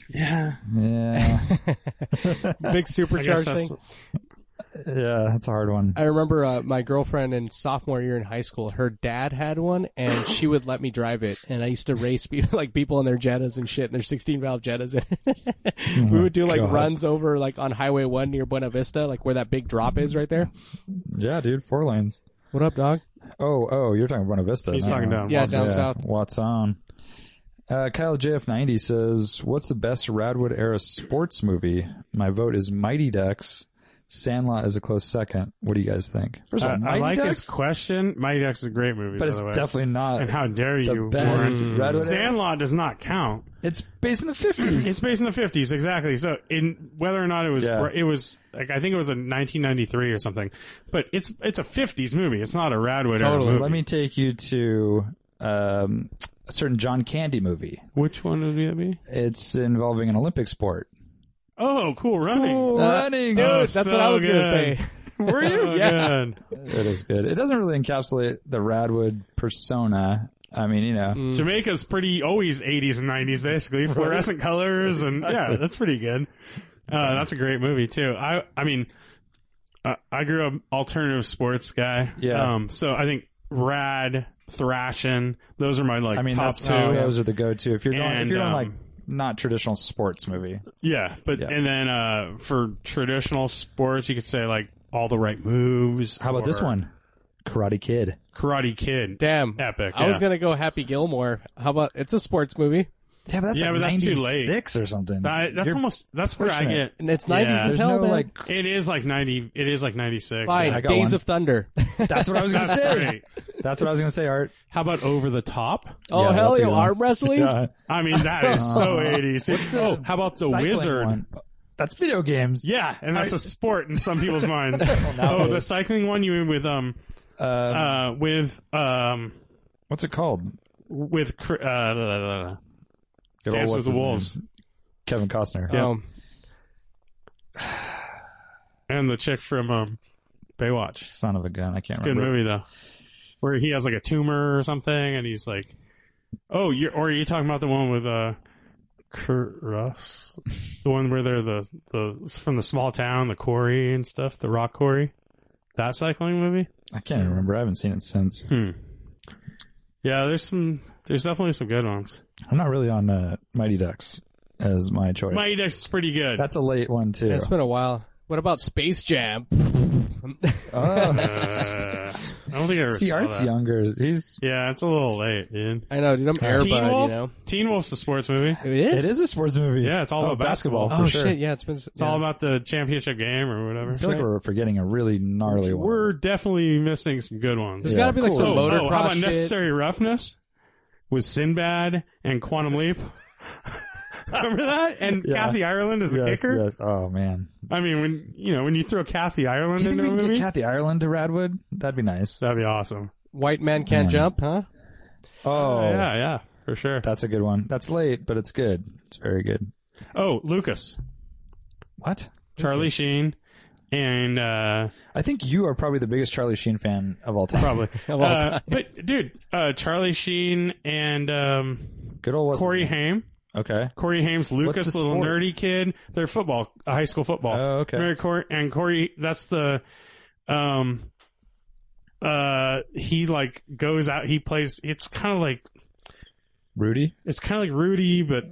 D: Yeah.
F: Yeah.
C: Big
D: I guess
C: supercharged
D: that's,
C: thing.
F: yeah, that's a hard one.
C: I remember uh, my girlfriend in sophomore year in high school. Her dad had one, and she would let me drive it. And I used to race people, like people in their Jettas and shit, and their 16 valve Jettas. we would do like
F: Oh God.
C: runs over like on Highway One near Buena Vista, like where that big drop is right there.
F: Yeah, dude, four lanes.
C: What up, dog?
F: Oh, oh, you're talking Buena Vista.
D: He's
F: not-
D: talking down.
C: Yeah,
D: Watson.
C: down south.
F: What's on? Uh, Kyle JF90 says, "What's the best Radwood era sports movie? My vote is Mighty Ducks. Sandlot is a close second. What do you guys think? First of all,
D: uh, I,
F: Mighty
D: I like
F: Ducks,
D: his question. Mighty Ducks is a great movie,
F: but
D: by
F: it's
D: the way.
F: definitely not.
D: and how dare
F: the
D: you?
F: best
D: Warren.
F: Redwood era.
D: Sandlot does not count.
F: it's based in the fifties.
D: It's based in the fifties, exactly. So, in whether or not it was,
F: Yeah.
D: it was like I think it was a 1993 or something, but it's it's a fifties movie. It's not a Radwood era
C: Totally.
D: movie.
F: Let me take you to um, a certain John Candy movie.
D: Which one would that be?
F: It's involving an Olympic sport.
D: Oh, cool running.
F: Uh, running,
C: Dude,
D: Oh,
C: that's
D: so
C: what I was gonna
D: good.
C: say.
D: Were you? yeah.
F: It is good. It doesn't really encapsulate the Radwood persona. I mean, you know,
D: Jamaica's pretty always 80s and 90s, basically fluorescent colors, and yeah, that's pretty good. Uh, that's a great movie too. I I mean, uh, I grew up alternative sports guy.
F: Yeah.
D: Um. So I think Rad, Thrashing, those are my like
F: I mean,
D: top
F: that's
D: two.
F: oh, those are the go-to. If you're going, if
D: And,
F: you're going
D: um,
F: like not traditional sports movie,
D: Yeah, but
F: Yeah.
D: and then uh, for traditional sports, you could say like all the right moves.
F: how about this
D: or
F: one? Karate Kid.
D: Karate Kid.
C: Damn,
D: Epic,
C: I was
D: yeah.
C: gonna go Happy Gilmore. How about it's a sports movie?
F: Yeah, but that's
D: Yeah,
F: like
D: but that's too late.
F: 96 or something.
D: I- that's
F: You're-
D: almost that's where I
F: pushing
D: get.
F: it.
C: And it's 90s
D: Yeah.
C: as
F: There's
C: hell,
F: no
C: man.
F: like.
D: It is like ninety. It is like ninety six.
C: Fine,
F: I got
C: Days
F: one.
C: of Thunder.
F: That's what I was gonna
D: That's
F: say.
D: great.
F: That's what I was gonna say. Art.
D: How about over the top?
C: oh
F: Yeah,
C: hell
F: that's a
C: yeah,
F: good one.
C: arm wrestling.
F: Yeah.
D: I mean, that is so 80s. oh, how about the
F: Cycling
D: wizard?
F: one. That's video games.
D: Yeah, and that's a sport in some people's minds. oh, the cycling one you mean with um
F: Uh,
D: uh with um
F: what's it called?
D: with cr- uh, la, la, la, la.
F: Good old
D: Dance
F: what's
D: with the
F: his name?
D: Wolves
F: Kevin Costner.
C: Um,
D: and the chick from um Baywatch.
F: Son of a gun. I can't
D: Good
F: remember.
D: movie though, where he has like a tumor or something, and he's like Oh, you're, or are you talking about the one with uh, Kurt Russ? The one where they're the the from the small town, the quarry and stuff, the rock quarry. That cycling movie.
F: I can't remember. I haven't seen it since.
D: Hmm. Yeah, there's some. There's definitely some good ones.
F: I'm not really on uh, Mighty Ducks as my choice.
D: Mighty Ducks is pretty good.
F: That's a late one too.
C: It's been a while. What about Space Jam?
F: oh.
D: Uh, I don't think I ever
F: See,
D: saw
F: Art's
D: that.
F: younger. He's
D: Yeah, it's a little late, dude.
C: I know, dude. I'm Air
D: Teen
C: Bud,
D: Wolf.
C: you know.
D: Teen Wolf's a sports movie.
C: It is.
F: it is a sports movie.
D: Yeah, it's all
F: Oh,
D: about basketball.
F: basketball.
C: Oh
F: for sure.
C: shit! Yeah, it's been.
D: It's all about the championship game or whatever.
F: I feel like we're forgetting a really gnarly one.
D: We're definitely missing some good ones.
C: There's
F: Yeah,
C: got to be like
F: cool.
C: some
D: oh,
C: motocross
D: oh, how about
C: shit.
D: Necessary Roughness with Sinbad and Quantum Leap? Remember that? And
F: Yeah.
D: Kathy Ireland as a
F: yes,
D: kicker.
F: yes. Oh man.
D: I mean, when you know when you throw Kathy Ireland
F: Do you think
D: into
F: we
D: a
F: can
D: movie,
F: get Kathy Ireland to Radwood? That'd be nice.
D: that'd be awesome.
C: White man can't
F: Mm.
C: jump, huh?
F: Oh,
D: yeah, yeah, for sure.
F: that's a good one. That's late, but it's good. It's very good.
D: Oh, Lucas,
F: What?
D: Charlie Sheen, and uh,
F: I think you are probably the biggest Charlie Sheen fan of all time.
D: probably.
F: Of all
D: Uh,
F: time.
D: But dude, uh, Charlie Sheen and um,
F: Good old what's his
D: Corey
F: name?
D: Haim.
F: Okay.
D: Corey Haim's Lucas,
F: the
D: little
F: sport?
D: nerdy kid. They're football, uh, high school football.
F: Oh, okay.
D: Remember Corey, and Corey, that's the, um, uh, he like goes out. He plays. It's kind of like
F: Rudy.
D: it's kind of like Rudy, but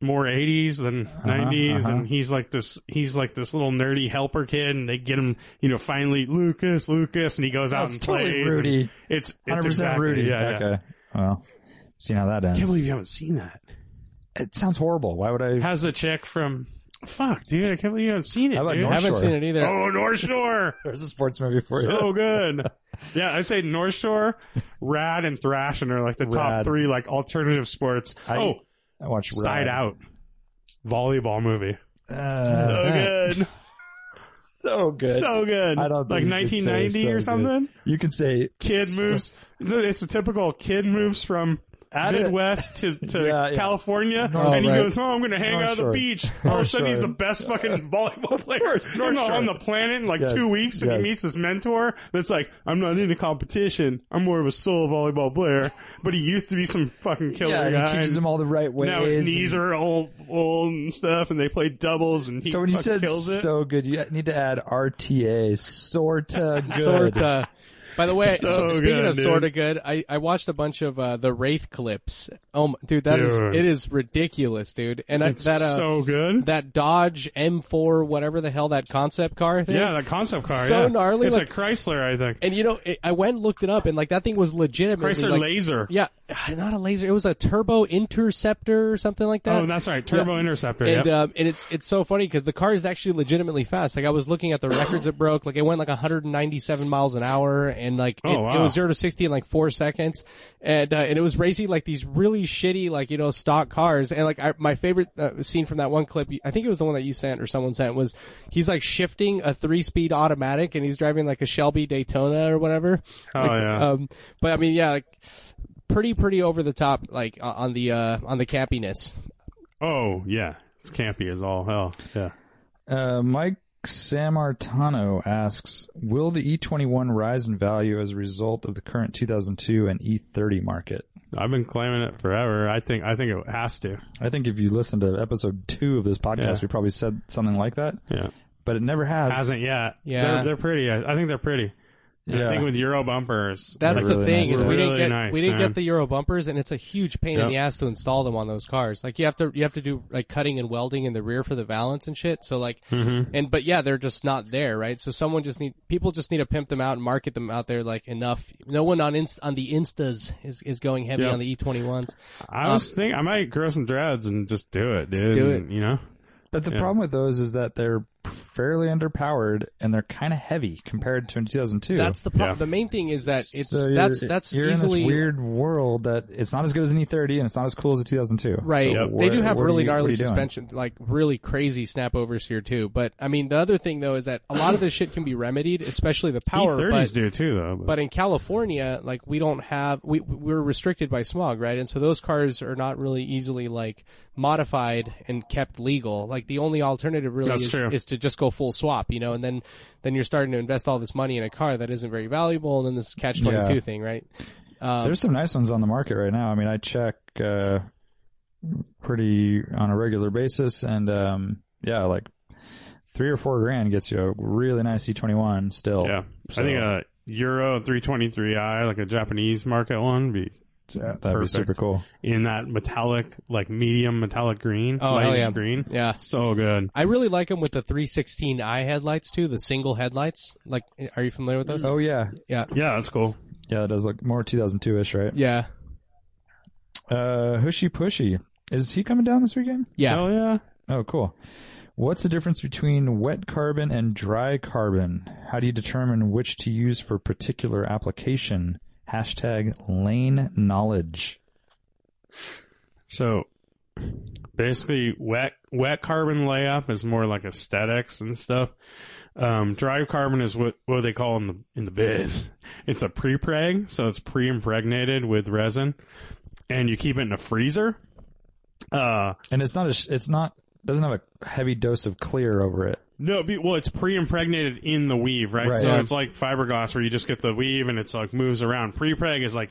D: more 80s than
F: Uh-huh,
D: 90s and he's like this he's like this little nerdy helper kid and they get him you know finally lucas lucas and he goes out
F: Oh, it's
D: and
F: totally
D: plays
F: Rudy.
D: and it's
F: 100%
D: it's exactly,
F: Rudy.
D: yeah, yeah.
F: okay. Well, seen how that
D: i
F: ends.
D: can't believe you haven't seen that
F: it sounds horrible. Why would I?
D: How's the chick from? Fuck, dude, I can't believe you haven't seen it.
F: How about
D: dude.
F: North
C: Haven't
F: Shore?
C: seen it either.
D: Oh, North Shore,
F: There's a sports movie for you.
D: so good. Yeah, I say North Shore, Rad, and Thrashing are like the top
F: Rad.
D: three like alternative sports.
F: I-
D: oh,
F: I watched
D: Side
F: Rad.
D: Out, volleyball movie.
F: Uh,
D: So good,
F: so good.
D: so good.
F: I don't
D: like
F: think you could say it's
D: 1990 or
F: so good.
D: something.
F: you can say
D: Kid moves. It's a typical kid moves from.
F: At it.
D: Midwest to, to
F: Yeah, yeah.
D: California,
F: Oh,
D: and he
C: right.
D: goes, "Oh, I'm going to hang
F: North
D: out at
F: Shore.
D: the beach." All of a
F: North
D: sudden, he's
F: Shore.
D: the best fucking volleyball player on the,
F: Shore.
D: on the planet in like
F: Yes,
D: two weeks, and
F: yes.
D: he meets his mentor. That's like, "I'm not into competition. I'm more of a solo volleyball player." But he used to be some fucking killer
F: Yeah, and
D: guy.
F: he teaches
D: and
F: him all the right ways.
D: now his knees
F: and-
D: are all old and stuff, and they play doubles. And he
F: so when you
D: fucking
F: said
D: kills it.
F: so good, you need to add RTA, sorta good.
C: Sorta. uh, By the way,
D: So
C: so- speaking
D: good,
C: of
D: dude.
C: sorta good, I, I watched a bunch of uh, the Wraith clips. Oh, my, dude, that is
D: Dude.
C: it is ridiculous, dude. And I,
D: it's
C: that uh,
D: so good.
C: that Dodge M4, whatever the hell that concept car thing.
D: yeah, that concept car.
C: so
D: yeah.
C: gnarly,
D: It's
C: like-
D: a Chrysler, I think.
C: And you know, it, I went and looked it up, and like that thing was legitimately
D: Chrysler
C: like,
D: Laser.
C: Yeah, not a laser. It was a turbo interceptor or something like that.
D: Oh, that's right. Turbo
C: Yeah.
D: Interceptor.
C: And
D: yep.
C: um, and it's it's so funny because the car is actually legitimately fast. Like I was looking at the records it broke. Like it went like 197 miles an hour, and like it,
D: Oh, wow.
C: it was zero to 60 in like four seconds, and uh, and it was racing like these really shitty like you know stock cars. And like I, my favorite uh, scene from that one clip, I think it was the one that you sent or someone sent, was he's like shifting a three speed automatic, and he's driving like a Shelby Daytona or whatever.
D: Oh,
C: Like,
D: yeah.
C: Um, but I mean, yeah, like pretty pretty over the top like uh, on the uh on the campiness.
D: Oh yeah, it's campy as all hell. Yeah.
F: Uh, Mike Samartano asks, "Will the E21 rise in value as a result of the current 2002 and E30 market?"
D: I've been claiming it forever. I think I think it has to.
F: I think if you listen to episode two of this podcast,
D: Yeah.
F: we probably said something like that,
D: Yeah.
F: but it never has.
D: Hasn't yet.
C: Yeah.
D: They're, they're pretty. I, I think they're pretty.
F: Yeah.
D: I think with Euro bumpers.
C: That's
F: They're
C: the
F: really
C: thing
F: nice.
C: is
F: They're
C: we didn't
D: really
C: get
D: nice,
C: we didn't
D: yeah.
C: get the Euro bumpers, and it's a huge pain in
D: Yep.
C: the ass to install them on those cars. Like you have to you have to do like cutting and welding in the rear for the valance and shit. So like
D: Mm-hmm.
C: and but yeah, they're just not there, right? So someone just need people just need to pimp them out and market them out there like enough. No one on inst on the instas is is going heavy
D: Yep.
C: on the E twenty ones.
D: I was thinking I might grow some dreads and just do it, dude.
C: uh, do it.
D: You know.
F: But the problem with those is that they're fairly underpowered and they're kind of heavy compared to in 2002.
C: That's the problem.
D: Yeah.
C: The main thing is that it's
F: So uh, you're-
C: that's that's
F: you're
C: easily
F: in this weird world that it's not as good as an E30 and it's not as cool as a 2002.
C: Right.
F: So
C: They
F: where-
C: do have
F: what are
C: really
F: you- what are
C: gnarly
F: you doing?
C: suspension, like really crazy snap overs here too. But I mean, the other thing though is that a lot of this shit can be remedied, especially the power. but,
D: E30s E do too, though.
C: but in California, like we don't have, we, we're restricted by smog, right? And so those cars are not really easily like modified and kept legal. Like the only alternative really
D: That's
C: is,
D: true.
C: is to just go full swap, you know, and then, then you're starting to invest all this money in a car that isn't very valuable and then this catch 22
F: Yeah.
C: thing, right? Um,
F: There's some nice ones on the market right now. I mean, I check uh, pretty on a regular basis, and um, yeah, like three or four grand gets you a really nice E21 still.
D: Yeah,
F: So
D: I think uh, a Euro 323i, like a Japanese market one, would be
F: that'd be
D: perfect.
F: super cool.
D: in that metallic, like medium metallic green,
C: Oh, hell
D: light
C: yeah.
D: green.
C: yeah.
D: So good.
C: I really like them with the 316i headlights too, the single headlights. Like, are you familiar with those?
F: Oh yeah,
D: Yeah, that's cool.
F: yeah, it does look more 2002ish, right?
C: Yeah,
F: Uh, Hushy Pushy, is he coming down this weekend?
C: yeah.
D: Hell yeah.
F: Oh, cool. What's the difference between wet carbon and dry carbon? How do you determine which to use for particular application? Hashtag lane knowledge.
D: So basically, wet wet carbon layup is more like aesthetics and stuff. Um, dry carbon is what what they call in the in the biz. It's a pre-preg, so it's pre-impregnated with resin, and you keep it in a freezer. Uh,
F: And it's not a, sh- it's not doesn't have a heavy dose of clear over it.
D: No, be, well, it's pre-impregnated in the weave, right?
F: Right.
D: So
F: Yeah.
D: it's like fiberglass where you just get the weave and it's like moves around. Pre-preg is like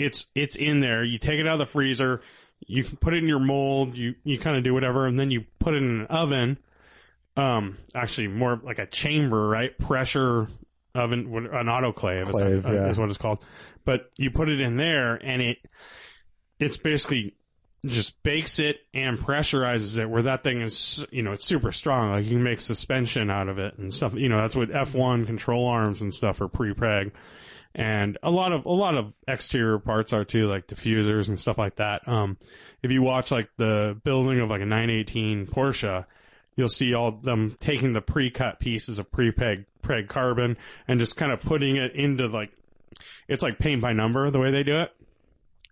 D: it's it's in there. You take it out of the freezer, you can put it in your mold, you you kind of do whatever, and then you put it in an oven. Um, actually, more like a chamber, right? Pressure oven, what- an autoclave, is-
F: Clave,
D: uh,
F: yeah.
D: is what it's called. But you put it in there, and it it's basically just bakes it and pressurizes it where that thing is you know it's super strong like you can make suspension out of it and stuff you know that's what f1 control arms and stuff are pre-preg and a lot of a lot of exterior parts are too like diffusers and stuff like that um if you watch like the building of like a 918 porsche you'll see all them taking the pre-cut pieces of pre-preg preg carbon and just kind of putting it into like it's like paint by number the way they do it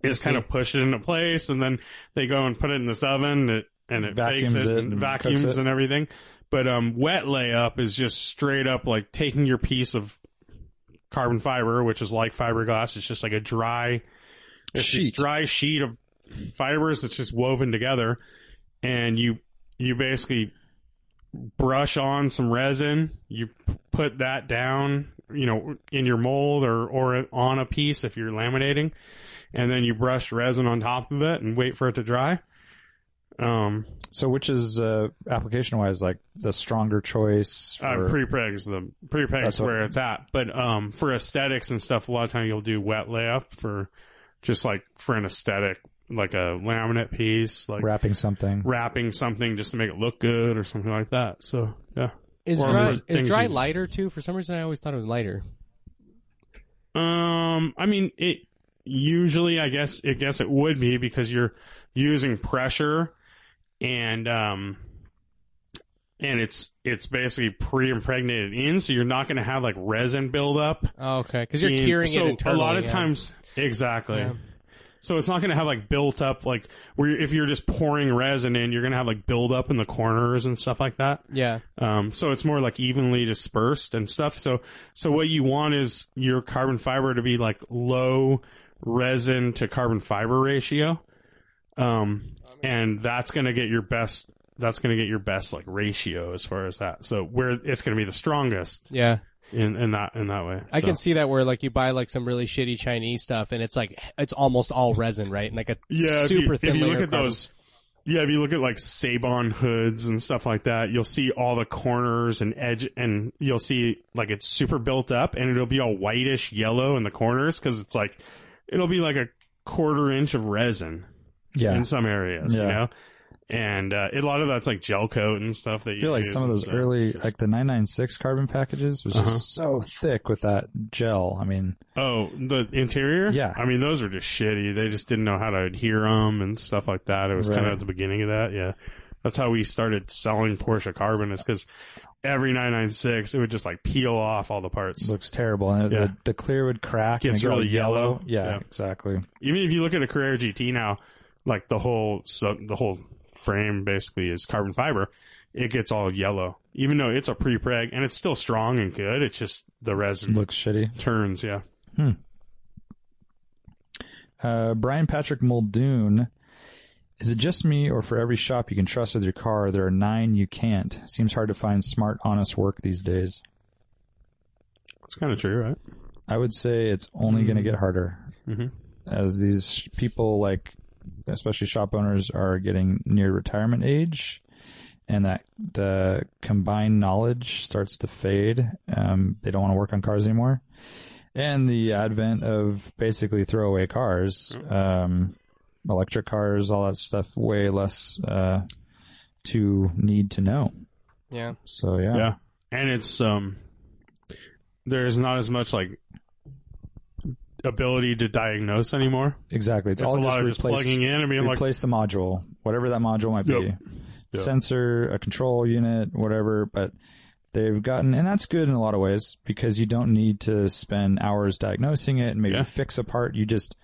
D: is kind of push it into place and then they go and put it in this oven and it, and it
F: Vacuums
D: bakes it,
F: it
D: and
F: and
D: vacuums
F: cooks it.
D: and everything. But um, wet layup is just straight up like taking your piece of carbon fiber, which is like fiberglass. It's just like a dry, it's sheet.
F: Sheet.
D: dry sheet of fibers that's just woven together, and you you basically brush on some resin. You put that down, you know, in your mold or or on a piece if you're laminating, and then you brush resin on top of it and wait for it to dry. Um,
F: So which is uh, application wise like the stronger choice? For,
D: uh, pre-preg's the pre-preg's
F: That's what-
D: where it's at, but um, for aesthetics and stuff, a lot of time you'll do wet layup for just like for an aesthetic, like a laminate piece, like
F: wrapping something.
D: wrapping something just to make it look good or something like that. So yeah,
C: Is
D: Or
C: dry
D: those
C: is
D: things
C: dry
D: you-
C: lighter too? For some reason, I always thought it was lighter.
D: Um, I mean, it usually, I guess, I guess it would be because you're using pressure, and um, and it's it's basically pre-impregnated in, so you're not going to have like resin buildup.
C: Oh, okay, because you're
D: in-
C: curing
D: so
C: it internally.
D: a lot of
C: yeah.
D: times, exactly.
C: Yeah.
D: So it's not going to have like built up like where if you're just pouring resin in, you're going to have like build up in the corners and stuff like that.
C: yeah,
D: Um, so it's more like evenly dispersed and stuff. So, so what you want is your carbon fiber to be like low resin to carbon fiber ratio. Um, and that's going to get your best, that's going to get your best like ratio as far as that. So where it's going to be the strongest
C: yeah.
D: in, in that, in that way.
C: I
D: So-
C: can see that where like you buy like some really shitty Chinese stuff, and it's like it's almost all resin, right? And like a
D: yeah, if you-
C: super
D: if you,
C: thin layer
D: look
C: of
D: at
C: carbon.
D: those, yeah, if you look at like Sabon hoods and stuff like that, you'll see all the corners and edge, and you'll see like it's super built up, and it'll be all whitish yellow in the corners because it's like it'll be like a quarter inch of resin
F: Yeah.
D: in some areas, you
F: Yeah.
D: know. And uh, a lot of that's like gel coat and stuff that
F: I
D: you
F: feel like
D: use
F: some of
D: and
F: those
D: stuff.
F: early, like the 996 carbon packages, was
D: Uh-huh.
F: just so thick with that gel. I mean,
D: Oh, the interior?
F: Yeah.
D: I mean, those were just shitty. They just didn't know how to adhere them and stuff like that. It was kind
F: Right.
D: of at the beginning of that. Yeah. That's how we started selling Porsche Carbon is because every 996, it would just like peel off all the parts.
F: it looks terrible, and
D: Yeah.
F: the, the clear would crack. and
D: Gets
F: it'd go
D: really yellow.
F: Yeah,
D: Yeah. Mm-hmm.
F: exactly.
D: Even if you look at a Carrera GT now, like the whole, sub, the whole frame basically is carbon fiber. It gets all yellow, even though it's a pre-preg and it's still strong and good. It's just the resin
F: Looks shitty.
D: turns. Yeah.
F: Uh, Brian Patrick Muldoon. Is it just me, or for every shop you can trust with your car, there are nine you can't? Seems hard to find smart, honest work these days.
D: It's kind of true, right?
F: I would say it's only going to get harder.
D: Mhm.
F: as these people like especially shop owners are getting near retirement age and that the combined knowledge starts to fade um, they don't want to work on cars anymore and the advent of basically throwaway cars um, electric cars all that stuff way less uh, to need to know
C: Yeah.
F: so yeah
D: Yeah. And it's um there's not as much like ability to diagnose anymore.
F: exactly it's,
D: It's
F: all
D: a lot of
F: just
D: just
F: replace,
D: plugging in and being like
F: replace the module, whatever that module might be.
D: Yep. Yep.
F: Sensor, a control unit, whatever, but they've gotten and that's good in a lot of ways because you don't need to spend hours diagnosing it and maybe
D: Yeah.
F: fix a part. You just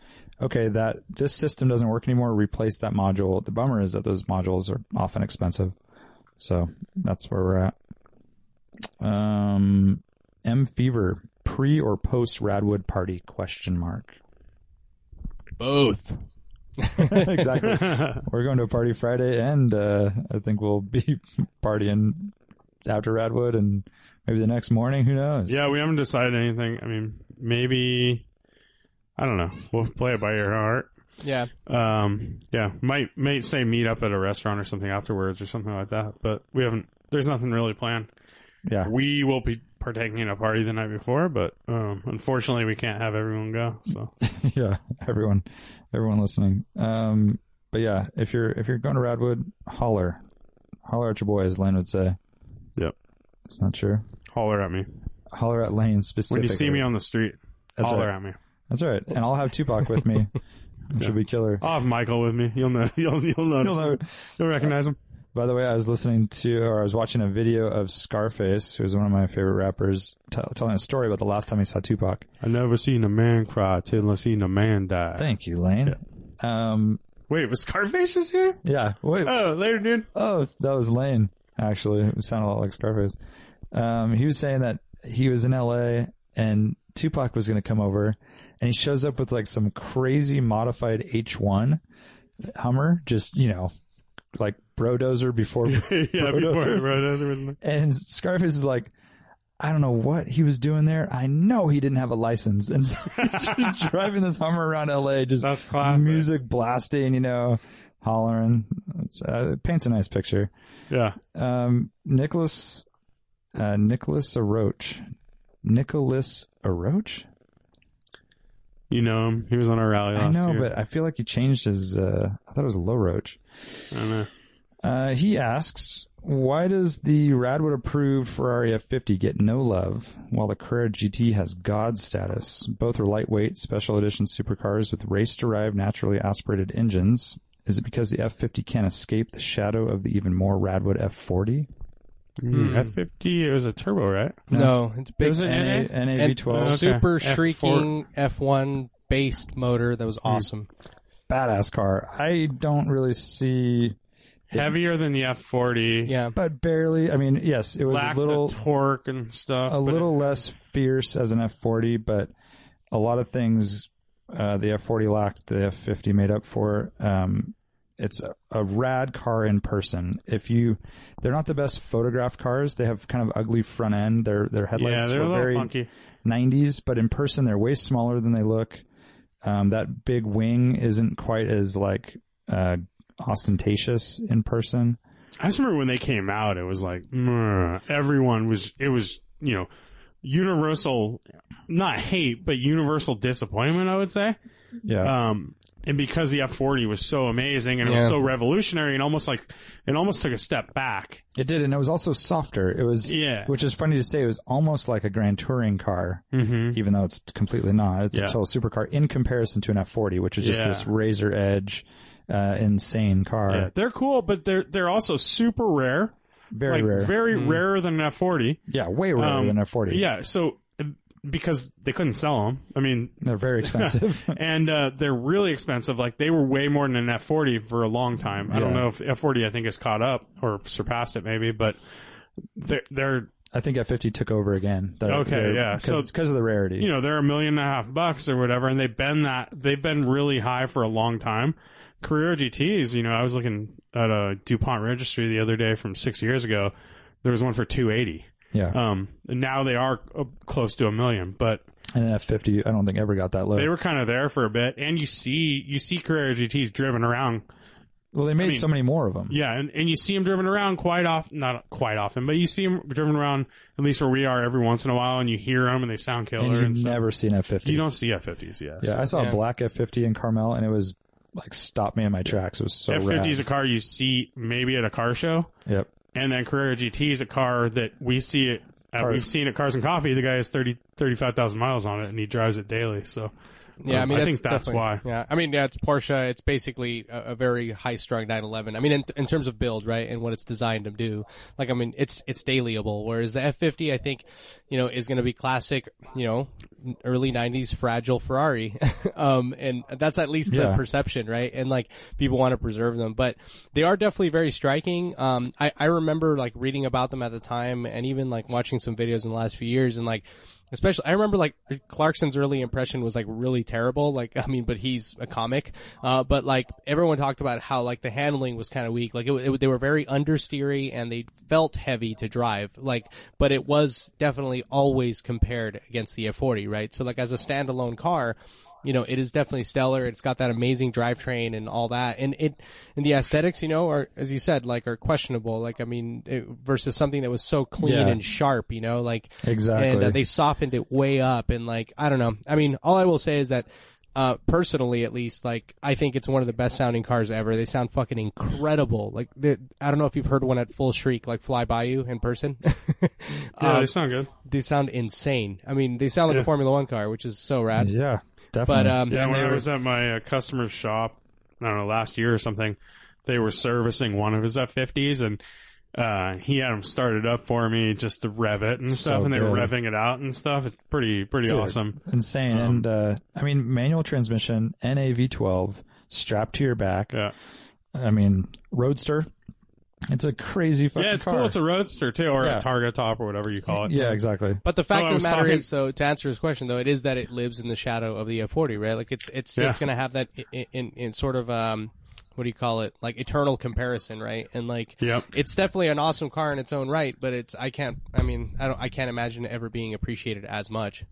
F: okay, that this system doesn't work anymore, replace that module. The bummer is that those modules are often expensive. So that's where we're at. Um M fever pre or post Radwood party question mark.
C: Both.
F: exactly. We're going to a party Friday, and uh, I think we'll be partying after Radwood and maybe the next morning. Who knows?
D: Yeah, we haven't decided anything. I mean, maybe I don't know. We'll play it by ear heart.
C: Yeah.
D: Um yeah. Might might say meet up at a restaurant or something afterwards or something like that. But we haven't there's nothing really planned.
F: Yeah.
D: We will be partaking in a party the night before, but um unfortunately we can't have everyone go. So
F: yeah. Everyone, everyone listening. Um, but yeah, if you're if you're going to Radwood, holler, holler at your boy, as Lane would say.
D: Yep.
F: It's not true.
D: holler at me.
F: Holler at Lane
D: When
F: specifically.
D: you see me on the street,
F: That's
D: holler
F: right.
D: at me.
F: That's right. And I'll have Tupac with me, which will be killer.
D: I'll have Michael with me. You'll know. You'll you'll notice.
F: You'll know.
D: You'll recognize him.
F: By the way, I was listening to, or I was watching a video of Scarface, who's one of my favorite rappers, t- telling a story about the last time he saw Tupac.
D: I never seen a man cry till I seen a man die.
F: Thank you, Lane. Yeah. Um,
D: Wait, was Scarface just here?
F: yeah. Wait.
D: Oh, later, dude.
F: Oh, that was Lane. Actually, it sounded a lot like Scarface. Um, he was saying that he was in L.A. and Tupac was going to come over, and he shows up with like some crazy modified H1 Hummer, just you know, like Brodozer before
D: yeah, before
F: Brodozer.
D: Brodozer.
F: And Scarface is like, I don't know what he was doing there. I know he didn't have a license. And so he's just driving this Hummer around LA, just
D: That's classic.
F: music blasting, you know, hollering. It's, uh, it paints a nice picture.
D: Yeah,
F: Um, Nicholas, uh, Nicholas Aroach. Nicholas Aroach?
D: you know him. He was on our rally
F: I
D: last
F: know,
D: year.
F: but I feel like he changed his, uh, I thought it was Low Roach.
D: I don't know.
F: Uh, he asks, why does the Radwood approved Ferrari F50 get no love while the Carrera GT has God status? Both are lightweight special edition supercars with race derived naturally aspirated engines. Is it because the F50 can't escape the shadow of the even more Radwood F40? Hmm.
D: Hmm, F fifty. It was a turbo, right?
F: No.
C: No, it's big.
D: Is it
C: and-
D: NA?
C: and uh,
F: NAV12.
C: super
D: Okay. F4.
C: shrieking F1 based motor that was
D: Hmm.
C: awesome.
F: Badass car. I don't really see,
D: Heavier than the F forty.
C: Yeah.
F: but barely. I mean, yes, it was
D: lacked
F: a little.
D: the torque and stuff.
F: a
D: but
F: little less fierce as an F40, but a lot of things uh, the F40 lacked, the F50 made up for. Um, it's a, a rad car in person. If you, they're not the best photographed cars. They have kind of ugly front end. Their their
D: It, yeah,
F: headlights
D: they're
F: were
D: a little
F: very
D: funky.
F: 90s, but in person they're way smaller than they look. Um, that big wing isn't quite as like uh, ostentatious in person.
D: I just remember when they came out, it was like "Meh." everyone was. It was you know universal, not hate, but universal disappointment. I would say.
F: Yeah,
D: Um, and because the F40 was so amazing and it was
C: Yeah.
D: so revolutionary and almost like it almost took a step back.
F: it did, and it was also softer. It was
D: Yeah.
F: which is funny to say. It was almost like a Grand Touring car.
D: Mm-hmm.
F: even though it's completely not. It's a
D: Yeah.
F: total supercar in comparison to an F40, which is just
D: Yeah.
F: this razor edge, uh, insane car.
D: Yeah, they're cool, but they're they're also super rare,
F: Very
D: like
F: rare.
D: very rarer than an F40.
F: yeah, way rarer
D: Um,
F: than an F40.
D: Yeah, so uh, because they couldn't sell them. I mean,
F: They're very expensive.
D: and uh, they're really expensive. Like they were way more than an F40 for a long time. I don't
F: Yeah.
D: know if F40 I think has caught up or surpassed it maybe, but they're they're
F: I think F50 took over again. They're-
D: Okay,
F: they're-
D: yeah,
F: Cause,
D: so-
F: because of the rarity.
D: you know they're a million and a half bucks or whatever, and they've been that they've been really high for a long time. Career GTS, you know, I was looking at a Dupont registry the other day from six years ago. There was one for two eighty.
F: yeah.
D: Um, and now they are uh, close to a million, but
F: And an F fifty, I don't think ever got that low.
D: They were kind of there for a bit, and you see you see Carrera GTs driven around.
F: well, they made
D: mean-
F: so many more of them.
D: Yeah, and, and you see them driven around quite often, not quite often, but you see them driven around at least where we are every once in a while, and you hear them and they sound killer.
F: and
D: And,
F: you have
D: stuff.
F: never seen F fifty.
D: you don't see F50s, yeah.
F: Yeah, I saw
C: Yeah.
F: a black F fifty in Carmel, and it was like stopped me in my tracks. It was so
D: F50 is a
F: rad.
D: car you see maybe at a car show,
F: Yep.
D: and then Carrera GT is a car that we see it. Uh,
F: Car-
D: we've seen at Cars and Coffee. The guy has 30, 35,000 miles on it, and he drives it daily. So
C: Yeah, I mean,
D: Um, I
C: that's
D: think that's
C: definitely-
D: why.
C: Yeah, I mean, yeah, it's Porsche. It's basically a, a very high-strung 911. I mean, in, in terms of build, right, and what it's designed to do. Like, I mean, it's it's dailyable. Whereas the F50, I think, you know, is going to be classic. You know, early 90s fragile Ferrari. um, and that's at least the
F: Yeah.
C: perception, right? And like people want to preserve them, but they are definitely very striking. Um, I, I remember like reading about them at the time and even like watching some videos in the last few years and like, especially, I remember like Clarkson's early impression was like really terrible. Like, I mean, but he's a comic. Uh, but like everyone talked about how like the handling was kind of weak. Like it, wa- it, wa- they were very understeery and they felt heavy to drive. Like, but it was definitely always compared against the F40, right? So like as a standalone car, you know, it is definitely stellar. It's got that amazing drivetrain and all that. And it, and the aesthetics, you know, are, as you said, like are questionable. Like, I mean, it, versus something that was so clean
F: Yeah.
C: and sharp, you know, like,
F: Exactly.
C: and uh, they softened it way up. And like, I don't know. I mean, all I will say is that, uh, personally, at least, like, I think it's one of the best sounding cars ever. They sound fucking incredible. Like, they're- I don't know if you've heard one at full shriek, like fly by you in person.
F: Uh,
D: yeah,
C: Um,
D: they sound uh, good.
C: they sound insane. I mean, they sound like a
D: Yeah.
C: Formula One car, which is so rad.
F: Yeah, definitely.
C: But, um,
D: Yeah,
C: and
D: when
C: they
D: I
C: were-
D: was at my uh, customer's shop, I don't know, last year or something, they were servicing one of his F50s and uh, he had them started up for me just to rev it and
F: So
D: stuff, and they were
F: good.
D: revving it out and stuff. It's pretty, pretty
F: Dude.
D: awesome.
F: insane.
D: Um,
F: and uh, I mean, manual transmission, NAV12, strapped to your back.
D: Yeah.
F: I mean, roadster. It's a crazy fucking
D: Yeah, it's
F: car.
D: cool. It's a roadster too, or
F: Yeah.
D: a Targa top or whatever you call it.
F: yeah, exactly.
C: But the fact
D: Oh, I
C: of
D: was
C: the matter
D: talking-
C: is, though, to answer his question, though, it is that it lives in the shadow of the F40, right? Like it's it's
D: Yeah.
C: it's going to have that in, in in sort of um, what do you call it? Like eternal comparison, right? And like,
D: Yep.
C: it's definitely an awesome car in its own right, but it's I can't, I mean, I don't, I can't imagine it ever being appreciated as much.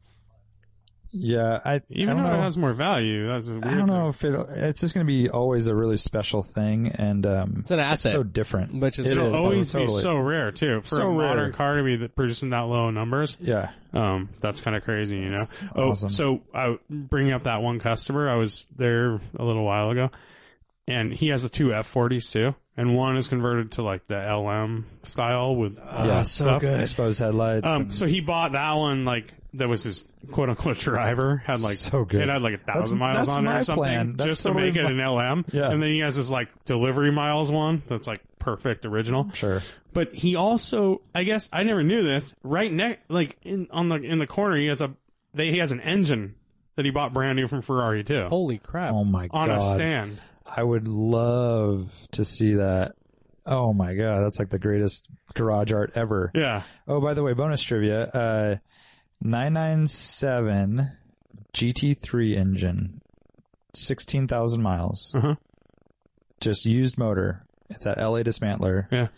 F: Yeah, I
D: Even
F: I
D: though
F: don't know.
D: it has more value, that's a weird.
F: I don't know if it. It's just going to be always a really special thing, and um,
C: It's an asset,
F: so different.
C: which is
F: It
D: It'll
F: is.
D: always be
F: Totally.
D: so rare too for
F: So
D: a modern
F: rare.
D: car to be that producing that low in numbers.
F: yeah,
D: Um, that's kind of crazy, you know.
F: awesome.
D: Oh, so I bringing up that one customer, I was there a little while ago, and he has the two F40s too, and one is converted to like the LM style with uh,
F: yeah,
D: stuff.
F: Exposed headlights.
D: Um, so he bought that one like that was his quote unquote driver had like
F: So good.
D: it had like a thousand
F: That's-
D: miles
F: that's
D: on it
F: my
D: or something
F: plan. That's
D: just
F: totally
D: to make it
F: my-
D: an LM.
F: Yeah.
D: And then he has this like delivery miles one that's like perfect original.
F: sure.
D: But he also, I guess, I never knew this. Right next, like in on the in the corner, he has a they, he has an engine that he bought brand new from Ferrari too
C: holy crap.
F: Oh my
D: on
F: god!
D: a stand.
F: I would love to see that. Oh my god, that's like the greatest garage art ever.
D: Yeah,
F: Oh, by the way, bonus trivia: uh, nine nine seven GT three engine, sixteen thousand miles,
D: Uh-huh.
F: just used motor. It's at LA Dismantler.
D: Yeah.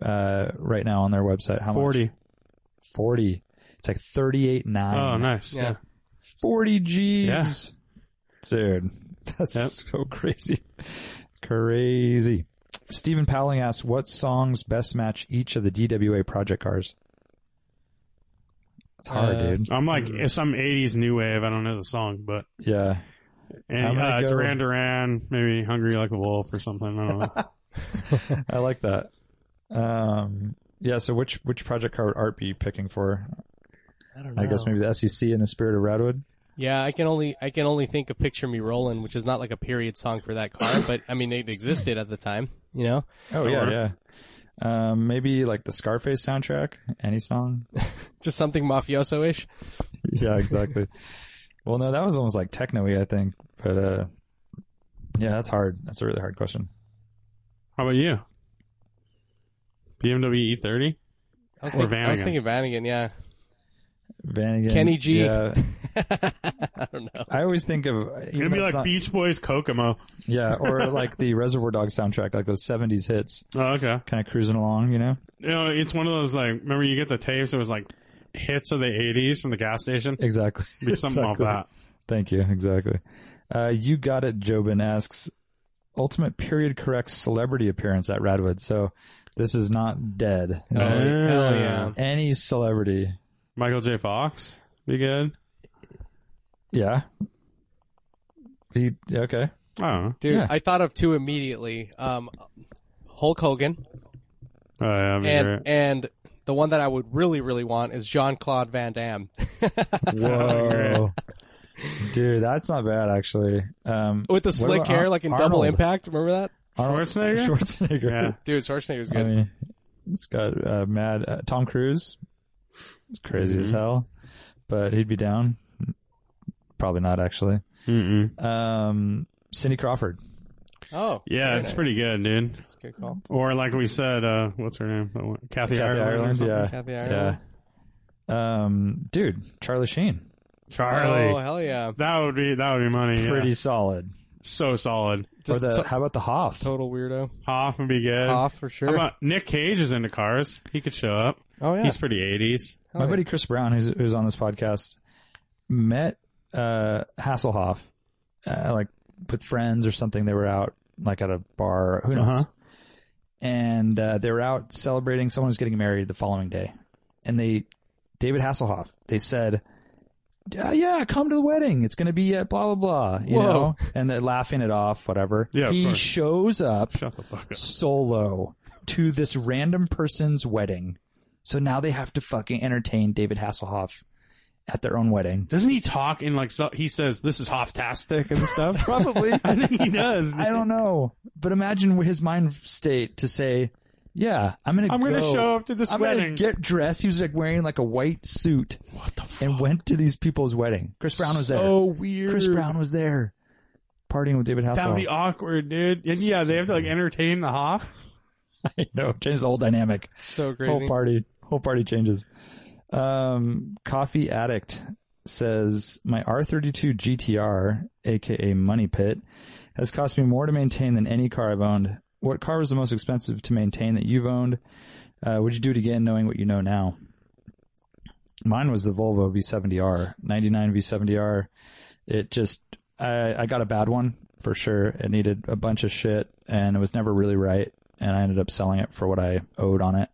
F: Uh, right now on their website, how much?
D: forty.
F: Forty. It's like thirty-eight nine.
D: Oh, nice.
C: Yeah.
D: Yeah.
F: 40 G's.
D: Yeah.
F: Dude, that's
D: Yep.
F: so crazy. Crazy. Stephen Powling asks, what songs best match each of the DWA project cars? It's hard,
C: Uh,
F: dude.
D: I'm like it's some '80s new wave. I don't know the song, but
F: Yeah. I'm
D: and,
F: gonna
D: uh,
F: go-
D: Duran Duran, maybe "Hungry Like a Wolf" or something. I don't know.
F: I like that. Um, yeah, so which which project car would Art be picking for?
C: I don't
F: I guess maybe the SEC in the spirit of Radwood?
C: Yeah, I can only I can only think of "Picture Me Rolling," which is not like a period song for that car, but I mean it existed at the time, you know.
F: Oh,
D: That'll
F: yeah, yeah. Um, maybe like the Scarface soundtrack? Any song?
C: Just something mafioso-ish.
F: yeah, exactly. well, no, that was almost like techno-y, I think. But uh, yeah, that's hard. That's a really hard question.
D: How about you? BMW E30.
C: I was,
D: Or
C: thinking, I was
D: Vanagon.
C: thinking Vanagon, yeah.
F: Vanagon,
C: Kenny G.
F: Yeah,
C: I don't know.
F: I always think of
D: It'd be like
F: not,
D: Beach Boys Kokomo.
F: yeah, or like the Reservoir Dog soundtrack, like those '70s hits,
D: Oh, okay.
F: kind of cruising along, you know.
D: You know, it's one of those like remember you get the tapes. It was like hits of the 80s from the gas station.
F: Exactly.
D: Be something
F: exactly.
D: off
F: Thank you. Exactly. Uh, you got it. Jobin asks, ultimate period correct celebrity appearance at Radwood. So this is not dead.
D: that.
F: This is
C: hell yeah.
F: Any celebrity.
D: Michael J. Fox. Be good.
F: Yeah. He, okay.
D: I don't know.
C: Dude,
F: Yeah.
C: I thought of two immediately. Um, Hulk Hogan
D: Oh, yeah, that'd be
C: and
D: great.
C: and the one that I would really really want is Jean Claude Van Damme.
F: Whoa. Dude, that's not bad actually. Um,
C: With the
F: what
C: slick
F: about
C: hair,
F: Ar-
C: like in Double
F: Arnold?
C: Impact. Remember that?
F: Arnold
D: Schwarzenegger?
F: Schwarzenegger.
D: Yeah.
C: Dude, Schwarzenegger's
F: I
C: good.
F: mean, it's got uh, mad uh, Tom Cruise. It's crazy as
D: Mhm.
F: hell, but he'd be down. Probably not actually.
D: Mm-mm.
F: Um, Cindy Crawford.
C: oh,
D: Yeah,
C: very
D: it's
C: nice.
D: pretty good, dude.
C: That's a good call.
D: Or like we said, uh, what's her name? That one- Kathy,
F: Kathy
D: Ireland.
F: Ireland,
D: or
F: yeah.
C: Kathy
F: Yeah.
C: Ireland.
F: Um, dude, Charlie Sheen.
D: Charlie.
C: Oh hell yeah!
D: That would be that would be money. yeah.
F: Pretty solid.
D: so solid.
F: Or
C: Just
F: the,
C: to-
F: how about the Hoff?
C: Total weirdo.
D: Hoff would be good.
C: Off for
D: How
C: sure.
D: about Nick Cage is into cars? He could show up.
C: oh yeah.
D: He's pretty eighties.
C: Hell
F: My
C: yeah.
F: buddy Chris Brown, who's who's on this podcast, met uh, Hasselhoff, uh, like with friends or something. They were out like at a bar, who knows,
D: Uh-huh.
F: and uh, they were out celebrating someone who's getting married the following day, and they David Hasselhoff. They said. "Yeah, yeah, come to the wedding. It's going to be at blah blah blah. You
C: Whoa.
F: know, and they're laughing it off. Whatever.
D: Yeah, of
F: he
D: course.
F: shows up
D: Shut the fuck up.
F: solo to this random person's wedding. So now they have to fucking entertain David Hasselhoff at their own wedding.
D: Doesn't he talk in like so, he says this is Hofftastic and stuff?
F: Probably.
D: I think he does.
F: I don't know. But imagine his mind state to say, yeah, I'm going to
D: I'm
F: going
D: gonna show up to this
F: I'm
D: wedding.
F: going to get dressed. He was like wearing like a white suit. What the fuck? And went to these people's wedding. Chris Brown was there.
D: so weird.
F: Chris Brown was there partying with David Hasselhoff.
D: That would be awkward, dude. And yeah, they have to like entertain the Hoff.
F: I know. Change the whole dynamic.
C: so
F: Whole
C: crazy.
F: party, whole party changes. Um, Coffee addict says my R32 GTR, aka Money Pit, has cost me more to maintain than any car I've owned. What car was the most expensive to maintain that you've owned? Uh, would you do it again, knowing what you know now? Mine was the Volvo V70R, 99 V70R. It just, I, I got a bad one for sure. It needed a bunch of shit and it was never really right. And I ended up selling it for what I owed on it.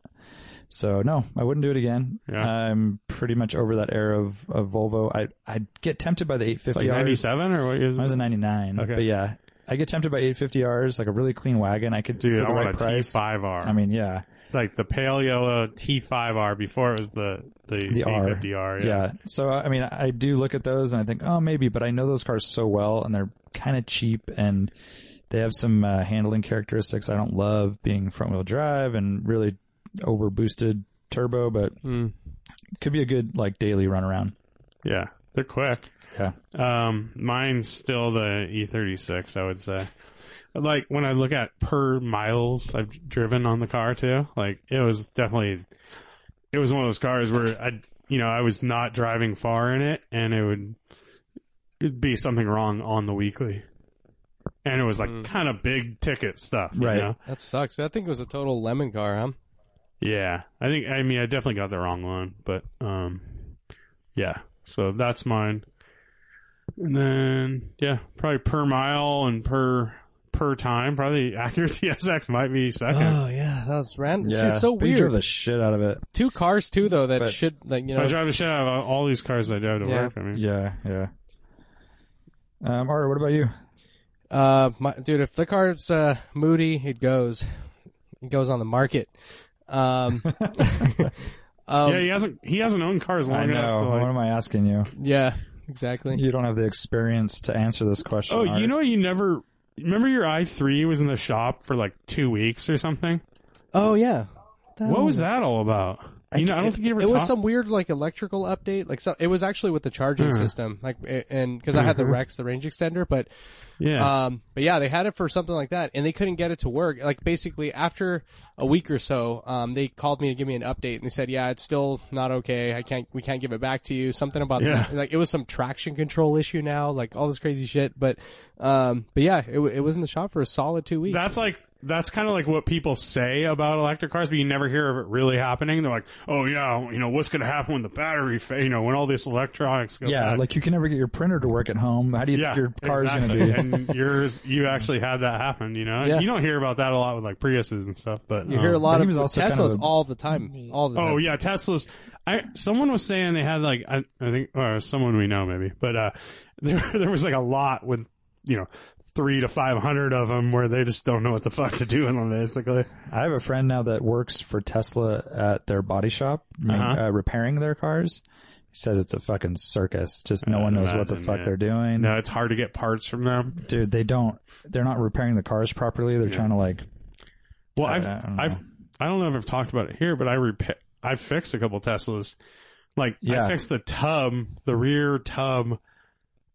F: So no, I wouldn't do it again.
D: Yeah.
F: I'm pretty much over that era of, of Volvo. I I get tempted by the 850
D: It's like ninety seven or what is
F: I was a 99.
D: Okay.
F: But yeah, I get tempted by 850Rs, like a really clean wagon. I could
D: Dude,
F: for the
D: I
F: right
D: want a T
F: price.
D: five R.
F: I mean, yeah,
D: like the pale yellow T five R before it was the the,
F: the R.
D: fifty R.
F: yeah. So I mean, I do look at those and I think, oh, maybe, but I know those cars so well, and they're kind of cheap, and they have some uh, handling characteristics I don't love, being front wheel drive and really over boosted turbo, but
C: Mm.
F: it could be a good like daily runaround.
D: Yeah, they're quick.
F: Yeah.
D: Um, mine's still the E36. I would say. Like when I look at per miles I've driven on the car too, like it was definitely, it was one of those cars where I, you know, I was not driving far in it, and it would, it'd be something wrong on the weekly, and it was like
C: Mm.
D: kind of big ticket stuff, you
F: Right.
D: know?
C: That sucks. That thing was a total lemon car, huh?
D: Yeah, I think I mean I definitely got the wrong one, but um, yeah. So that's mine. And then yeah, probably per mile and per per time. Probably Acura TSX might be second.
C: Oh, yeah, that was random.
F: yeah.
C: It's just so
F: But you drove
C: weird.
F: the shit out of it.
C: Two cars too, though. That
F: But-
C: should like you
D: I
C: know.
D: drive the shit out of all these cars I drive to
C: Yeah.
D: work. I mean,
F: Yeah, yeah. Um, Art, what about you?
C: Uh, my, dude, if the car's uh, moody, it goes. It goes on the market. Um, um,
D: yeah, he hasn't he hasn't owned cars long
F: I know.
D: enough. to, like-
F: what am I asking you?
C: yeah, exactly.
F: You don't have the experience to answer this question.
D: oh,
F: Art.
D: you know you never remember your i three was in the shop for like two weeks or something.
C: Oh yeah,
D: What was that all about? You know, I don't think you ever.
C: it was
D: talked-
C: some weird like electrical update. Like so, it was actually with the charging
D: Huh.
C: system. Like it- and because I had the
D: Hmm.
C: Rex, the range extender, but
D: yeah.
C: Um, but yeah, they had it for something like that, and they couldn't get it to work. Like basically, after a week or so, um, they called me to give me an update, and they said, "Yeah, it's still not okay. I can't, we can't give it back to you." Something about
D: Yeah.
C: that. like it was some traction control issue now, like all this crazy shit. But, um, but yeah, it, wa- it was in the shop for a solid two weeks.
D: That's like that's kind of like what people say about electric cars, but you never hear of it really happening. They're like, oh yeah, you know what's going to happen when the battery, fa- you know, when all this electronics go
F: yeah,
D: bad?"
F: like you can never get your printer to work at home. How do you think
D: yeah,
F: your car's
D: exactly.
F: going to be?
D: and yours, you actually had that happen. You know,
C: Yeah.
D: you don't hear about that a lot with like Priuses and stuff, but
C: You hear a
D: um,
C: lot
F: Oh, he
C: of
F: was also
C: Teslas
F: kind of a-
C: all the time. All the time.
D: Oh yeah, Teslas. I someone was saying they had like I, I think or someone we know maybe, but uh, there there was like a lot with you know three to five hundred of them where they just don't know what the fuck to do with them basically.
F: I have a friend now that works for Tesla at their body shop, ma-
D: Uh-huh.
F: uh, repairing their cars. He says it's a fucking circus. Just no
D: I'd
F: one knows what the
D: imagine,
F: fuck
D: yeah.
F: they're doing.
D: No, it's hard to get parts from them.
F: Dude, they don't. They're not repairing the cars properly. They're trying to like.
D: Well, I've
F: Uh, I don't know.
D: I've I don't know if I've talked about it here, but I repa- I fixed a couple Teslas. Like
F: Yeah.
D: I fixed the tub, the rear tub,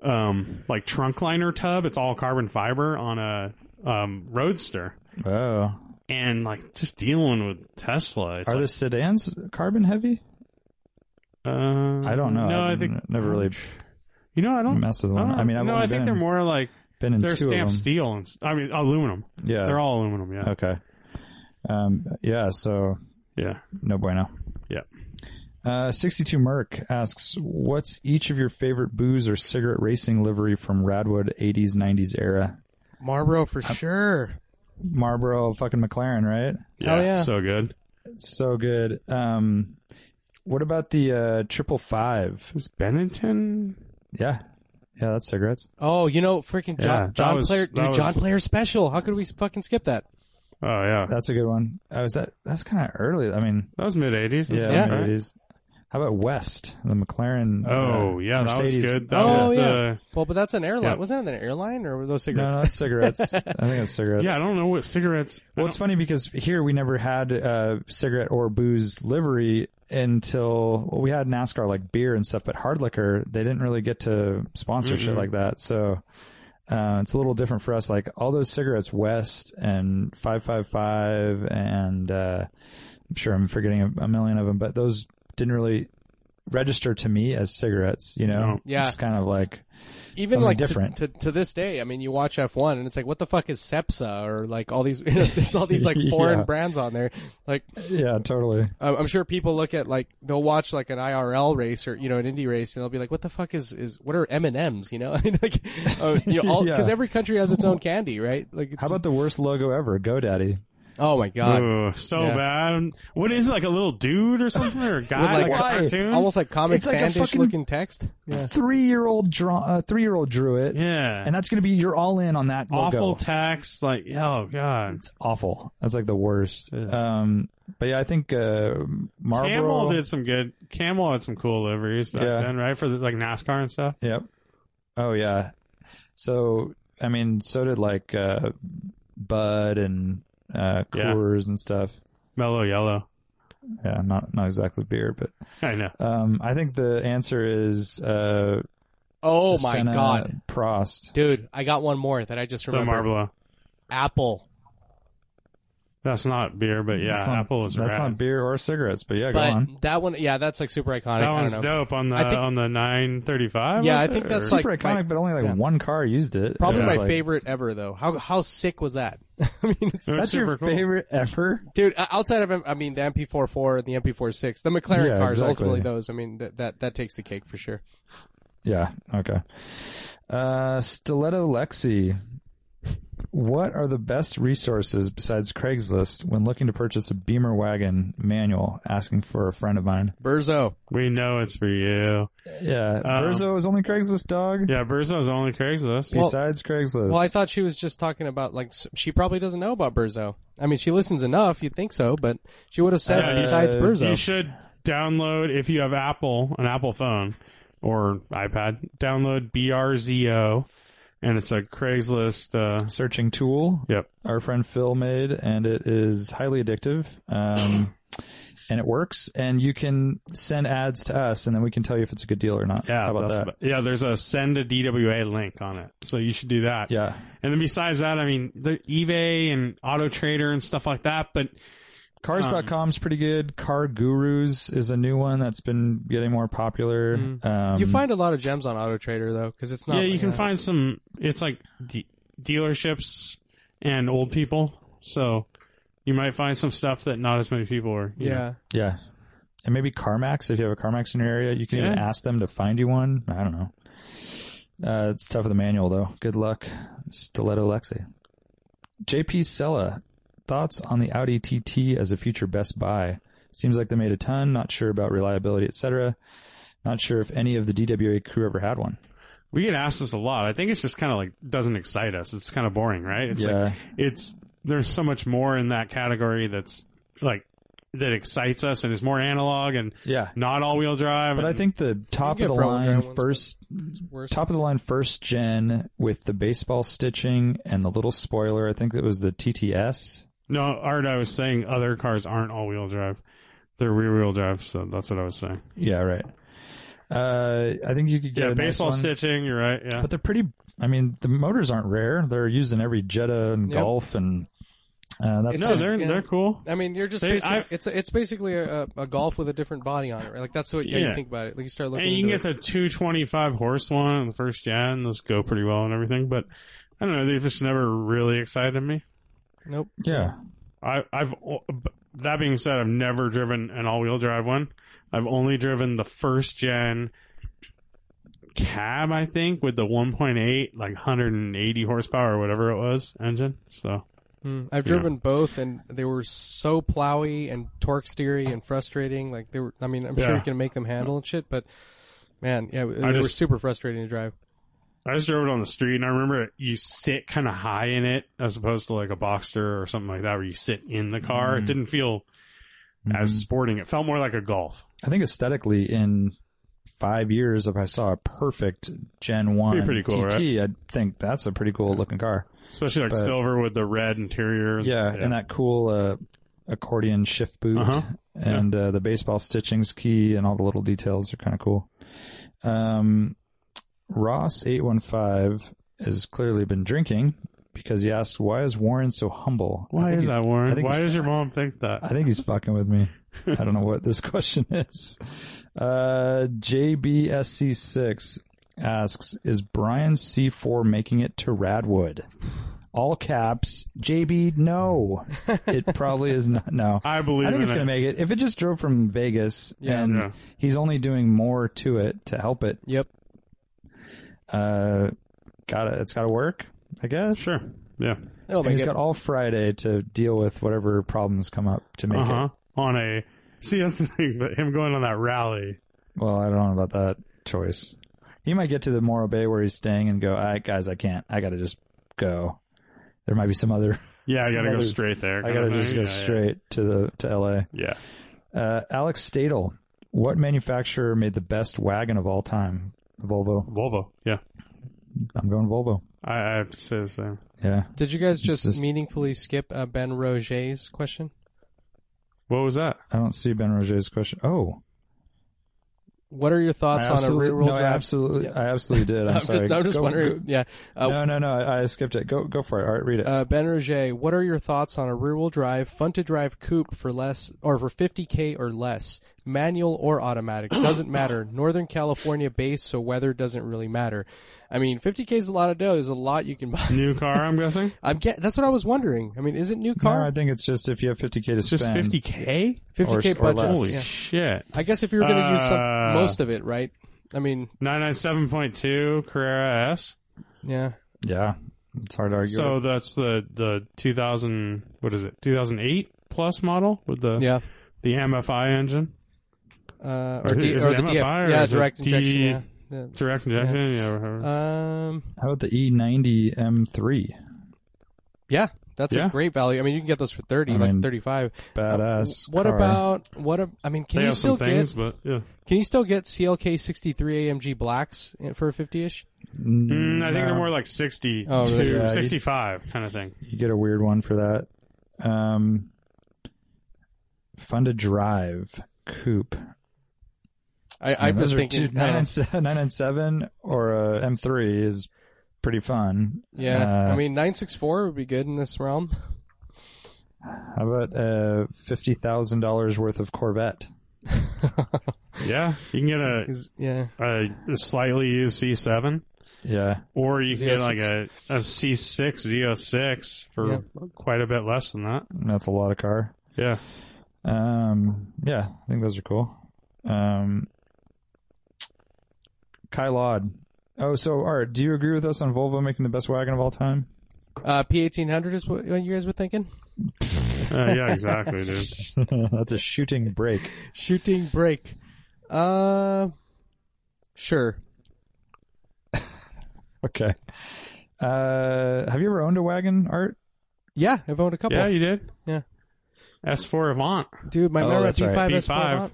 D: um, like trunk liner tub. It's all carbon fiber on a um roadster,
F: Oh,
D: and like just dealing with Tesla. It's
F: are
D: like,
F: the sedans carbon heavy?
D: Uh,
F: I don't know.
D: No, I
F: I've
D: think
F: never really
D: You know, I don't.
F: messed with
D: I,
F: one.
D: don't-
F: I mean, I've
D: no,
F: only
D: I think
F: been,
D: they're more like
F: been in
D: they're
F: two of them.
D: stamped steel and s- I mean aluminum.
F: Yeah,
D: They're all aluminum. Yeah,
F: okay. Um, yeah, so
D: yeah.
F: no bueno.
D: Yeah.
F: Uh, 62 Merc asks, what's each of your favorite booze or cigarette racing livery from Radwood 80s, 90s era?
C: Marlboro for sure.
F: Marlboro fucking McLaren, right?
D: Yeah,
C: yeah.
D: so good.
F: It's so good. Um, what about the uh, triple five?
D: Was Bennington?
F: Yeah. Yeah, that's cigarettes.
C: Oh, you know, freaking
D: Yeah,
C: John,
D: that
C: John
D: was-
C: Player,
D: that
C: dude,
D: was-
C: John Player special. How could we fucking skip that?
D: Oh yeah,
F: That's a good one. I was that. That's kind of early. I mean,
D: that was mid eighties.
F: yeah,
C: Yeah.
F: it is. How about West, the McLaren? uh,
D: Oh yeah, that
F: Mercedes-
D: was good. That
C: Oh,
D: was
C: yeah.
D: the
C: Well, but that's an airline.
D: Yeah.
C: Wasn't it an airline or were those
F: No,
C: cigarettes?
F: no, that's cigarettes. I think it's cigarettes.
D: yeah. I don't know what cigarettes. I
F: Well, it's funny because here we never had uh, cigarette or booze livery until well, we had NASCAR like beer and stuff, but hard liquor they didn't really get to sponsor shit like that. So uh, it's a little different for us. Like all those cigarettes, West and Five Five Five, and uh, I'm sure I'm forgetting a, a million of them, but those didn't really register to me as cigarettes. You know,
D: No.
C: Yeah.
F: it's kind of like
C: Even
F: something
C: like to-
F: different.
C: To, to, this day, I mean, you watch F1 and it's like, what the fuck is Sepsa or like all these, you know, there's all these like foreign
F: Yeah.
C: brands on there. Like,
F: yeah, totally.
C: I- I'm sure people look at like, they'll watch like an IRL race or, you know, an indie race and they'll be like, what the fuck is, is, what are M&Ms, you know? I mean, like, uh, you know, all,
F: Yeah.
C: cause every country has its own candy, right? Like, it's
F: How about the worst logo ever, GoDaddy?
C: just- oh my God.
D: Ooh, so
C: Yeah.
D: bad. What is it, like a little dude or something or a guy
C: like,
D: like,
C: why?
D: a cartoon?
C: Almost like Comic
F: It's like a
C: Sandish
F: fucking-
C: looking text. Yeah.
F: three year old draw uh, three year old drew it,
D: yeah.
F: and that's going to be you're all in on that logo.
D: awful tax. Like oh god.
F: it's awful. That's like the worst. Um, but yeah, I think uh, Marlboro.
D: Camel did some good. Camel had some cool liveries back
F: Yeah.
D: then, right? For the, like NASCAR and stuff.
F: Yep. Oh yeah. So I mean, so did like uh, Bud and uh,
D: Yeah.
F: Coors and stuff.
D: Mellow yellow.
F: Yeah, not not exactly beer, but
D: I know.
F: um, I think the answer is uh,
C: Oh my
F: Senna
C: God.
F: Prost.
C: Dude, I got one more that I just
D: The
C: remembered.
D: Marlboro.
C: Apple.
D: That's not beer, but yeah,
F: That's not-
D: Apple is
F: That's
D: rad.
F: not beer or cigarettes, but yeah,
C: but
F: go on.
C: that one, yeah, that's like super iconic.
D: That
C: I
D: one's
C: don't know.
D: dope on the
C: I think-
D: on the nine thirty five.
C: Yeah, I think that's like
F: Super iconic,
C: my-
F: but only like
C: yeah.
F: one car used it.
C: Probably
F: It
C: my
F: was like-
C: favorite ever, though. How how sick was that? I mean, it's,
D: That's
F: That's your
D: super cool.
F: favorite ever?
C: dude, o- outside of I mean the MP44 and the MP46, the McLaren
F: Yeah,
C: cars,
F: exactly.
C: ultimately those. I mean that that that takes the cake for sure.
F: Yeah. Okay. Uh, Stiletto Lexi. What are the best resources besides Craigslist when looking to purchase a Beamer wagon manual? Asking for a friend of mine.
C: Burzo,
D: We know it's for you.
F: Yeah,
D: Um,
F: Verzo is only Craigslist dog.
D: Yeah, Burzo's only Craigslist.
C: Well-
F: Besides Craigslist.
C: Well, I thought she was just talking about like s- she probably doesn't know about Burzo. I mean, she listens enough, you'd think so, but she would have said
D: Uh,
C: besides
D: You
C: Burzo.
D: should download if you have Apple, an Apple phone or iPad. Download BRZO, and it's a Craigslist. Uh,
F: searching tool.
D: yep.
F: our friend Phil made, and it is highly addictive. Um, and it works, and you can send ads to us, and then we can tell you if it's a good deal or not.
D: Yeah,
F: How about
D: that's
F: that?
D: about- yeah. There's a send a DWA link on it, so you should do that.
F: yeah,
D: And then besides that, I mean, the eBay and Auto Trader and stuff like that. But
F: Cars.com is pretty good. Car Gurus is a new one that's been getting more popular.
D: Mm.
F: Um,
C: You find a lot of gems on Auto Trader though, because it's not.
D: yeah, you
C: like
D: can
C: that.
D: find some. It's like de- dealerships and old people. So you might find some stuff that not as many people are. you know.
C: Yeah.
F: Yeah. And maybe CarMax, if you have a CarMax in your area, you can even
D: Yeah.
F: ask them to find you one. I don't know. Uh, it's tough with the manual, though. Good luck, Stiletto Lexi. JP Sella, thoughts on the Audi TT as a future Best Buy? Seems like they made a ton. Not sure about reliability, etc. Not sure if any of the DWA crew ever had one.
D: We get asked this a lot. I think it's just kind of like doesn't excite us. It's kind of boring, right? It's
F: Yeah.
D: like it's there's so much more in that category that's like that excites us and is more analog and
F: Yeah.
D: not all wheel drive.
F: But I
D: and-
F: think the top
C: get
F: of the
C: front-wheel drive
F: line
C: ones, but-
F: first
C: Worse.
F: top of the line first gen with the baseball stitching and the little spoiler. I think it was the TTS.
D: no Art. I was saying other cars aren't all wheel drive. They're rear wheel drive. So that's what I was saying.
F: Yeah, right. Uh, I think you could get
D: Yeah,
F: a nice
D: baseball
F: one,
D: stitching. You're right. Yeah.
F: but they're pretty. I mean, the motors aren't rare. They're used in every Jetta and
C: Yep.
F: Golf, and uh, that's
C: It's
D: no,
C: just-
D: they're
C: yeah.
D: they're cool.
C: I mean, you're just
D: They-
C: basic,
D: I-
C: it's a, it's basically a, a golf with a different body on it, right? Like that's what yeah,
D: Yeah.
C: you think about it. Like you start looking.
D: And you can
C: into
D: get the 225 horse one in the first gen. Those go pretty well and everything. But I don't know. They've just never really excited me.
C: it. nope.
F: yeah,
D: I, I've that being said, I've never driven an all-wheel drive one. I've only driven the first gen cab, I think, with the 1.8, like 180 horsepower or whatever it was engine. So
C: Mm. I've driven both, and they were so plowy and torque steery and frustrating. Like they were. I mean, I'm sure
D: Yeah.
C: you can make them handle and shit, but man, yeah, they were
D: just-
C: super frustrating to drive.
D: I just drove it on the street, and I remember you sit kind of high in it as opposed to like a Boxster or something like that, where you sit in the car.
F: Mm-hmm.
D: It didn't feel as sporting. It felt more like a golf.
F: I think aesthetically, in five years, if I saw a perfect Gen One
D: pretty cool,
F: TT, I'd think that's a pretty cool looking car.
D: especially like
F: But-
D: silver with the red interior.
F: Yeah, and that cool uh, accordion shift boot
D: Uh-huh.
F: and uh, the baseball stitching's key and all the little details are kind of cool. Um, Ross eight one five has clearly been drinking because he asked, "Why is Warren so humble?" I
D: why
F: think
D: is
F: he's-
D: that, Warren?
F: I think
D: Why
F: he's-
D: does your mom think that?
F: I think he's fucking with me. I don't know what this question is. Uh, JBSC six asks, "Is Brian C four making it to Radwood?" All caps. JB, no. It probably is not. No.
D: I believe.
F: I think
D: in
F: it's
D: it.
F: going to make it. If it just drove from Vegas
C: Yeah.
F: and
D: Yeah.
F: he's only doing more to it to help it,
C: Yep.
F: uh, gotta, it's gotta work, I guess.
D: Sure. Yeah.
C: It'll
F: And
C: make
F: he's
C: it.
F: got all Friday to deal with whatever problems come up to make
D: Uh
F: it.
D: huh. On a see, that's the thing. But him going on that rally.
F: Well, I don't know about that choice. He might get to the Morro Bay where he's staying and go, I guys, I can't. I gotta just go. There might be some other.
D: Yeah, I
F: Some
D: gotta go
F: other-
D: straight there.
F: I
D: kinda
F: gotta just
D: thing.
F: go
D: Yeah, yeah.
F: straight to the to LA.
D: Yeah.
F: Uh, Alex Stadel, what manufacturer made the best wagon of all time? Volvo.
D: Volvo. Yeah.
F: I'm going Volvo.
D: I, I have to say the same.
F: Yeah.
C: Did you guys just,
F: just-
C: meaningfully skip uh, Ben Roger's question?
D: What was that?
F: I don't see Ben Roger's question. Oh,
C: What are your thoughts
F: I
C: on a
F: absolutely-
C: rear wheel
F: no, I
C: drive?
F: absolutely, I absolutely did. I'm,
C: I'm
F: sorry.
C: just, I'm just
F: Go-
C: wondering. yeah.
F: go-
C: Uh,
F: no, no, no. I, I skipped it. Go, go for it. All right, read it.
C: Uh, ben Roger, what are your thoughts on a rear-wheel drive, fun-to-drive coupe for less or for 50k or less, manual or automatic? Doesn't matter. Northern California base, so weather doesn't really matter. I mean, 50k is a lot of dough. There's a lot you can buy.
D: New car, I'm guessing.
C: I'm get. That's what I was wondering. I mean, is it new
F: no, I
C: car?
F: think it's just if you have 50k to
D: It's just
F: spend.
D: 50k.
C: 50k
F: or
C: budget.
F: less.
D: Holy
C: yeah.
D: shit!
C: I guess if you were going to use
D: Uh,
C: some, most of it, right? I mean,
D: 997.2 Carrera S.
C: yeah.
F: Yeah, it's hard to argue.
D: So
F: with.
D: that's the the 2000. What is it? 2008 plus model with the
C: Yeah.
D: the MFI engine.
C: Uh,
D: Is
C: or
D: it-
C: D,
D: is
C: or
D: it
C: the DF,
D: MFI or
C: yeah,
D: is it
C: direct
D: D-
C: injection. yeah. Yeah.
D: Direct injection, yeah. or
F: Uh,
D: whatever.
C: Um,
F: how about the E E90 M3?
C: yeah, that's
D: Yeah.
C: a great value. I mean, you can get those for thirty,
F: I
C: like
F: mean,
C: thirty-five.
F: Badass.
C: Uh, What
F: car.
C: about what? ab- I mean, can
D: they
C: you
D: have
C: still
D: some things,
C: get
D: but yeah.
C: can you still get CLK sixty-three AMG blacks for a fifty-ish?
F: Mm,
D: Mm, I
F: no,
D: think they're more like 60
C: Oh, really?
D: to
F: Yeah, you-
D: 65 kind of thing.
F: You get a weird one for that. Um, fun to drive coupe.
C: I,
F: I
C: I'm
F: mean, those
C: just
F: are
C: thinking.
F: two-
C: uh, I
F: nine
C: don't know.
F: and se- nine and seven or a M3 is pretty fun.
C: yeah,
F: Uh,
C: I mean, nine six four would be good in this realm.
F: How about uh fifty thousand dollars worth of Corvette?
D: Yeah, you can get a,
C: Is yeah,
D: a, a slightly used C7
F: Yeah.
D: Or you can get like a,
C: Z06.
D: a C6, Z06 for quite a bit less than that.
F: That's a lot of car.
D: Yeah.
F: Um, yeah, I think those are cool. Um, Kai Laud. Oh, so Art, do you agree with us on Volvo making the best wagon of all time?
C: Uh, P1800 is what what you guys were thinking?
D: Uh, yeah, exactly, dude.
F: That's a shooting break.
C: Shooting break. Uh, sure.
F: Okay. Uh, have you ever owned a wagon, Art?
C: Yeah, I've owned a couple.
D: Yeah, you did.
C: Yeah.
D: S4 Avant.
C: Dude, my
F: Oh,
C: Mara
F: that's right.
C: P5 S4
D: P5.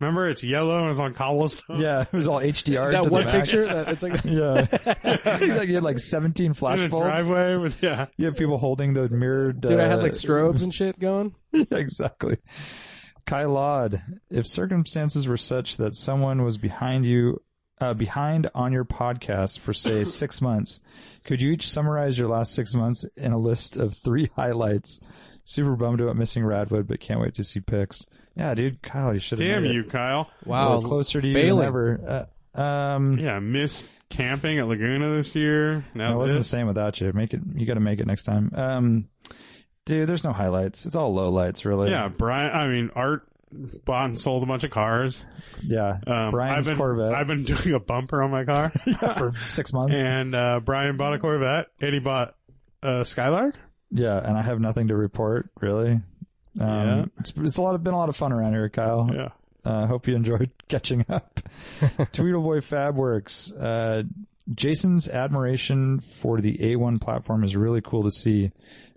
D: Remember, it's yellow and it's on cobblestone.
F: Yeah, it was all HDR.
C: That one picture, that, it's like,
F: Yeah. It's like you had like 17
D: In a
F: flash bulbs.
D: driveway with, yeah.
F: You have people holding the mirrored.
C: dude, I had
F: uh,
C: like strobes and shit going.
F: exactly. Kai Laud, if circumstances were such that someone was behind you, uh, behind on your podcast for say six months, could you each summarize your last six months in a list of three highlights? Super bummed about missing Radwood, but can't wait to see pics. Yeah, dude, Kyle, you should have.
D: Damn
F: made it.
D: you, Kyle.
C: Wow.
F: We're closer to you
C: Failing.
F: than ever. Uh, um,
D: Yeah, missed camping at Laguna this year. Now
F: it wasn't the
D: this.
F: same without you. Make it. You got to make it next time. Um, dude, there's no highlights. It's all low lights, really.
D: Yeah, Brian. I mean, Art bought and sold a bunch of cars.
F: yeah.
D: Um,
F: Brian's
D: I've been,
F: Corvette
D: I've been doing a bumper on my car,
F: for six months.
D: and uh, Brian bought a Corvette, and he bought uh, a Skylark.
F: Yeah, and I have nothing to report really. Um,
D: Yeah.
F: it's, it's a lot of been a lot of fun around here, Kyle.
D: Yeah.
F: Uh, hope you enjoyed catching up. Tweedleboy Fabworks. Uh, Jason's admiration for the A1 platform is really cool to see.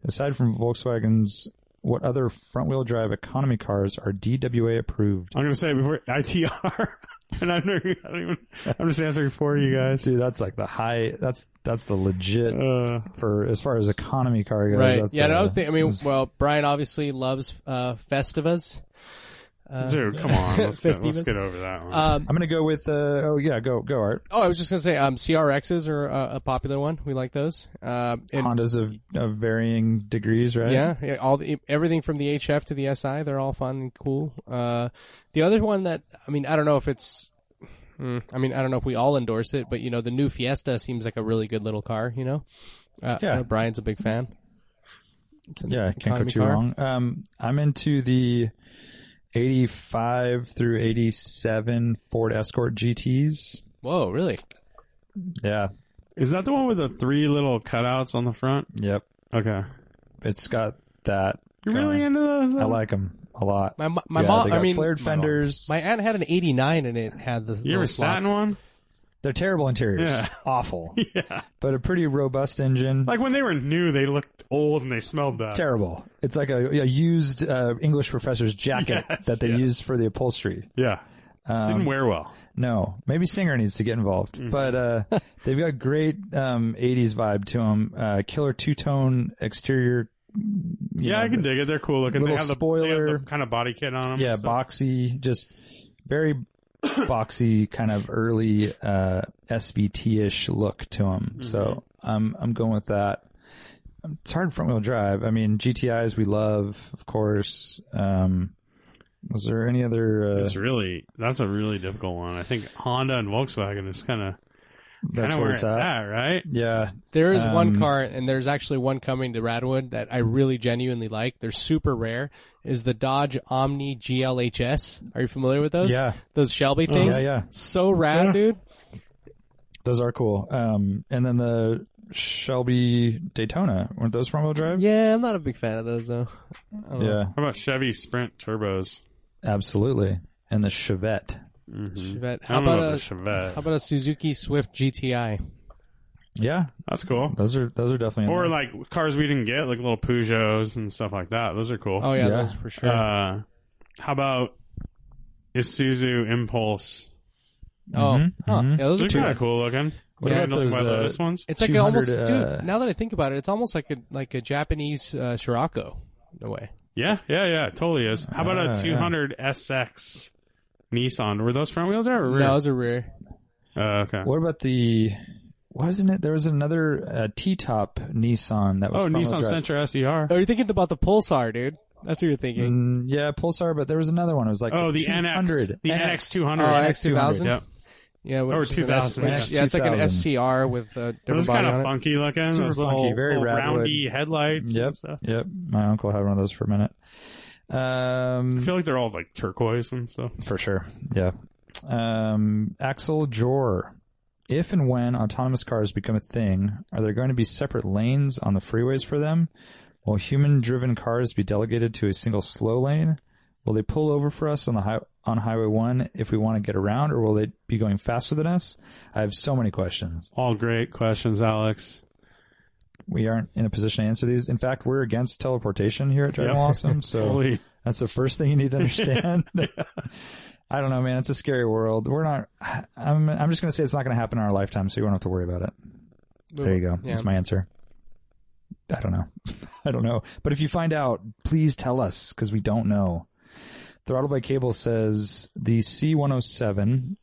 F: Aside from Volkswagen's, what other front-wheel drive economy cars are DWA approved?
D: I'm gonna say it before ITR, and I'm not, I don't even. I'm just answering for you guys.
F: Dude, that's like the high. That's that's the legit
D: Uh,
F: for as far as economy car goes.
C: Right.
F: That's
C: Yeah, no,
F: uh,
C: I was thinking, I mean, well, Brian obviously loves uh, Festivas.
D: dude, come on, let's get, let's
C: Festivus.
D: get over that one.
C: Um,
F: I'm gonna go with. Uh, oh yeah, go go Art.
C: oh, I was just going to say um, CRXs are uh, a popular one. We like those. Um, and
F: Hondas of, of varying degrees, right?
C: Yeah, yeah, all the everything from the HF to the SI, they're all fun and cool. Uh, the other one that I mean, I don't know if it's, hmm, I mean, I don't know if we all endorse it, but you know, the new Fiesta seems like a really good little car. You know, uh,
F: Yeah.
C: uh, Brian's a big fan. It's an
F: Yeah, can't go
C: economy
F: too
C: car.
F: wrong. Um, I'm into the 85 through 87 Ford Escort GTs.
C: Whoa, really?
F: Yeah,
D: Is that the one with the three little cutouts on the front?
F: yep.
D: Okay,
F: It's got that.
D: you
F: going.
D: really into those?
F: I
D: though?
F: like them a lot.
C: My my, my
F: Yeah,
C: mom,
F: they got
C: I mean,
F: flared
C: my mom.
F: fenders.
C: My aunt had an '89 and it had the.
D: You
C: little
D: ever sat
C: slots.
D: in one?
F: They're terrible interiors.
D: Yeah.
F: Awful.
D: Yeah.
F: But a pretty robust engine.
D: Like when they were new, they looked old and they smelled bad.
F: terrible. It's like a, a used uh, English professor's jacket
D: Yes,
F: that they
D: yeah.
F: used for the upholstery.
D: yeah,
F: Um,
D: didn't wear well.
F: No, maybe Singer needs to get involved. But uh, they've got great um, '80s vibe to them. Uh, killer two tone exterior. you
D: Yeah,
F: know,
D: I can dig it. They're cool looking.
F: little
D: they have the,
F: spoiler.
D: kind of body kit on them.
F: Yeah,
D: so.
F: boxy, just very boxy kind of early uh, SVT ish look to them. So I'm I'm going with that. It's hard front wheel drive. I mean GTI's we love, of course. Um, was there any other? Uh,
D: it's really that's a really difficult one. I think Honda and Volkswagen is kind of kind
F: that's
D: of
F: where it's at.
D: right?
F: Yeah,
C: There is
F: Um,
C: one car, and there's actually one coming to Radwood that I really genuinely like. They're super rare. Is the Dodge Omni GLHS? Are you familiar with those?
F: Yeah. Oh,
C: those Shelby things.
F: yeah, yeah.
C: So rad, dude.
F: Those are cool. Um, and then the Shelby Daytona weren't those front wheel drive?
C: Yeah, I'm not a big fan of those though.
F: yeah,
D: How about Chevy Sprint turbos?
F: absolutely. And the Chevette.
C: Chevette.
D: Mm-hmm. I
C: How
D: don't know
C: about
D: about the
C: a
D: Chevette.
C: How about a Suzuki Swift GTI?
F: Yeah,
D: That's cool.
F: those are those are definitely. in
D: Or
F: there.
D: like cars we didn't get, like little Peugeots and stuff like that. Those are cool.
C: Oh yeah,
F: Yeah.
C: those for sure.
D: Uh, how about Isuzu Impulse?
C: oh,
F: mhm,
C: huh.
F: mhm.
C: yeah, those are
D: They're
C: two.
D: kind of cool looking.
F: What
D: yeah,
F: about
D: like
F: those,
D: my
F: uh,
D: Lotus ones?
C: It's like
F: 200,
C: almost,
F: uh,
C: dude. Now that I think about it, it's almost like a like a Japanese uh, Scirocco in a way.
D: Yeah, yeah, yeah. It totally is. How about
F: Ah,
D: a
F: yeah.
D: 200 SX Nissan? Were those front wheel drive or rear?
C: No, those are rare.
D: Oh, okay.
F: What about the? Wasn't it? There was another uh, T-top Nissan that was.
D: Oh,
F: front-wheel
D: Nissan
F: drive.
D: Sentra SER.
C: Oh, you're thinking about the Pulsar, dude. That's what you're thinking.
F: Mm, yeah, Pulsar, but there was another one. It was like
D: Oh, the
F: 200,
D: NX. The NX 200.
C: Oh,
D: Yeah.
C: NX 2000.
D: Yep.
C: Yeah,
D: Or
C: which is an S-
D: 2000,
C: which-
F: yeah.
C: Yeah, it's like an
F: 2000.
C: SCR with a
D: It
C: different
D: was
C: body
D: kind
C: on
D: of
C: it.
D: funky looking.
F: Super
D: those
F: funky,
D: little,
F: very
D: little
F: rad wood.
D: roundy headlights
F: Yep.
D: and stuff.
F: Yep. My uncle had one of those for a minute. Um,
D: I feel like they're all like turquoise and stuff.
F: for sure. Yeah. Um, Axel Jor. If and when autonomous cars become a thing, are there going to be separate lanes on the freeways for them? Will human-driven cars be delegated to a single slow lane? Will they pull over for us on the high, on Highway One if we want to get around, or will they be going faster than us? I have so many questions.
D: All great questions, Alex.
F: We aren't in a position to answer these. In fact, we're against teleportation here at Dragon
D: Yep.
F: Blossom, so
D: Holy,
F: that's the first thing you need to understand. I don't know, man. It's a scary world. We're not. I'm. I'm just gonna say it's not gonna happen in our lifetime, so you won't have to worry about it. There you go.
C: Yeah.
F: That's my answer. I don't know. I don't know. But if you find out, please tell us because we don't know. Throttle by Cable says the C107.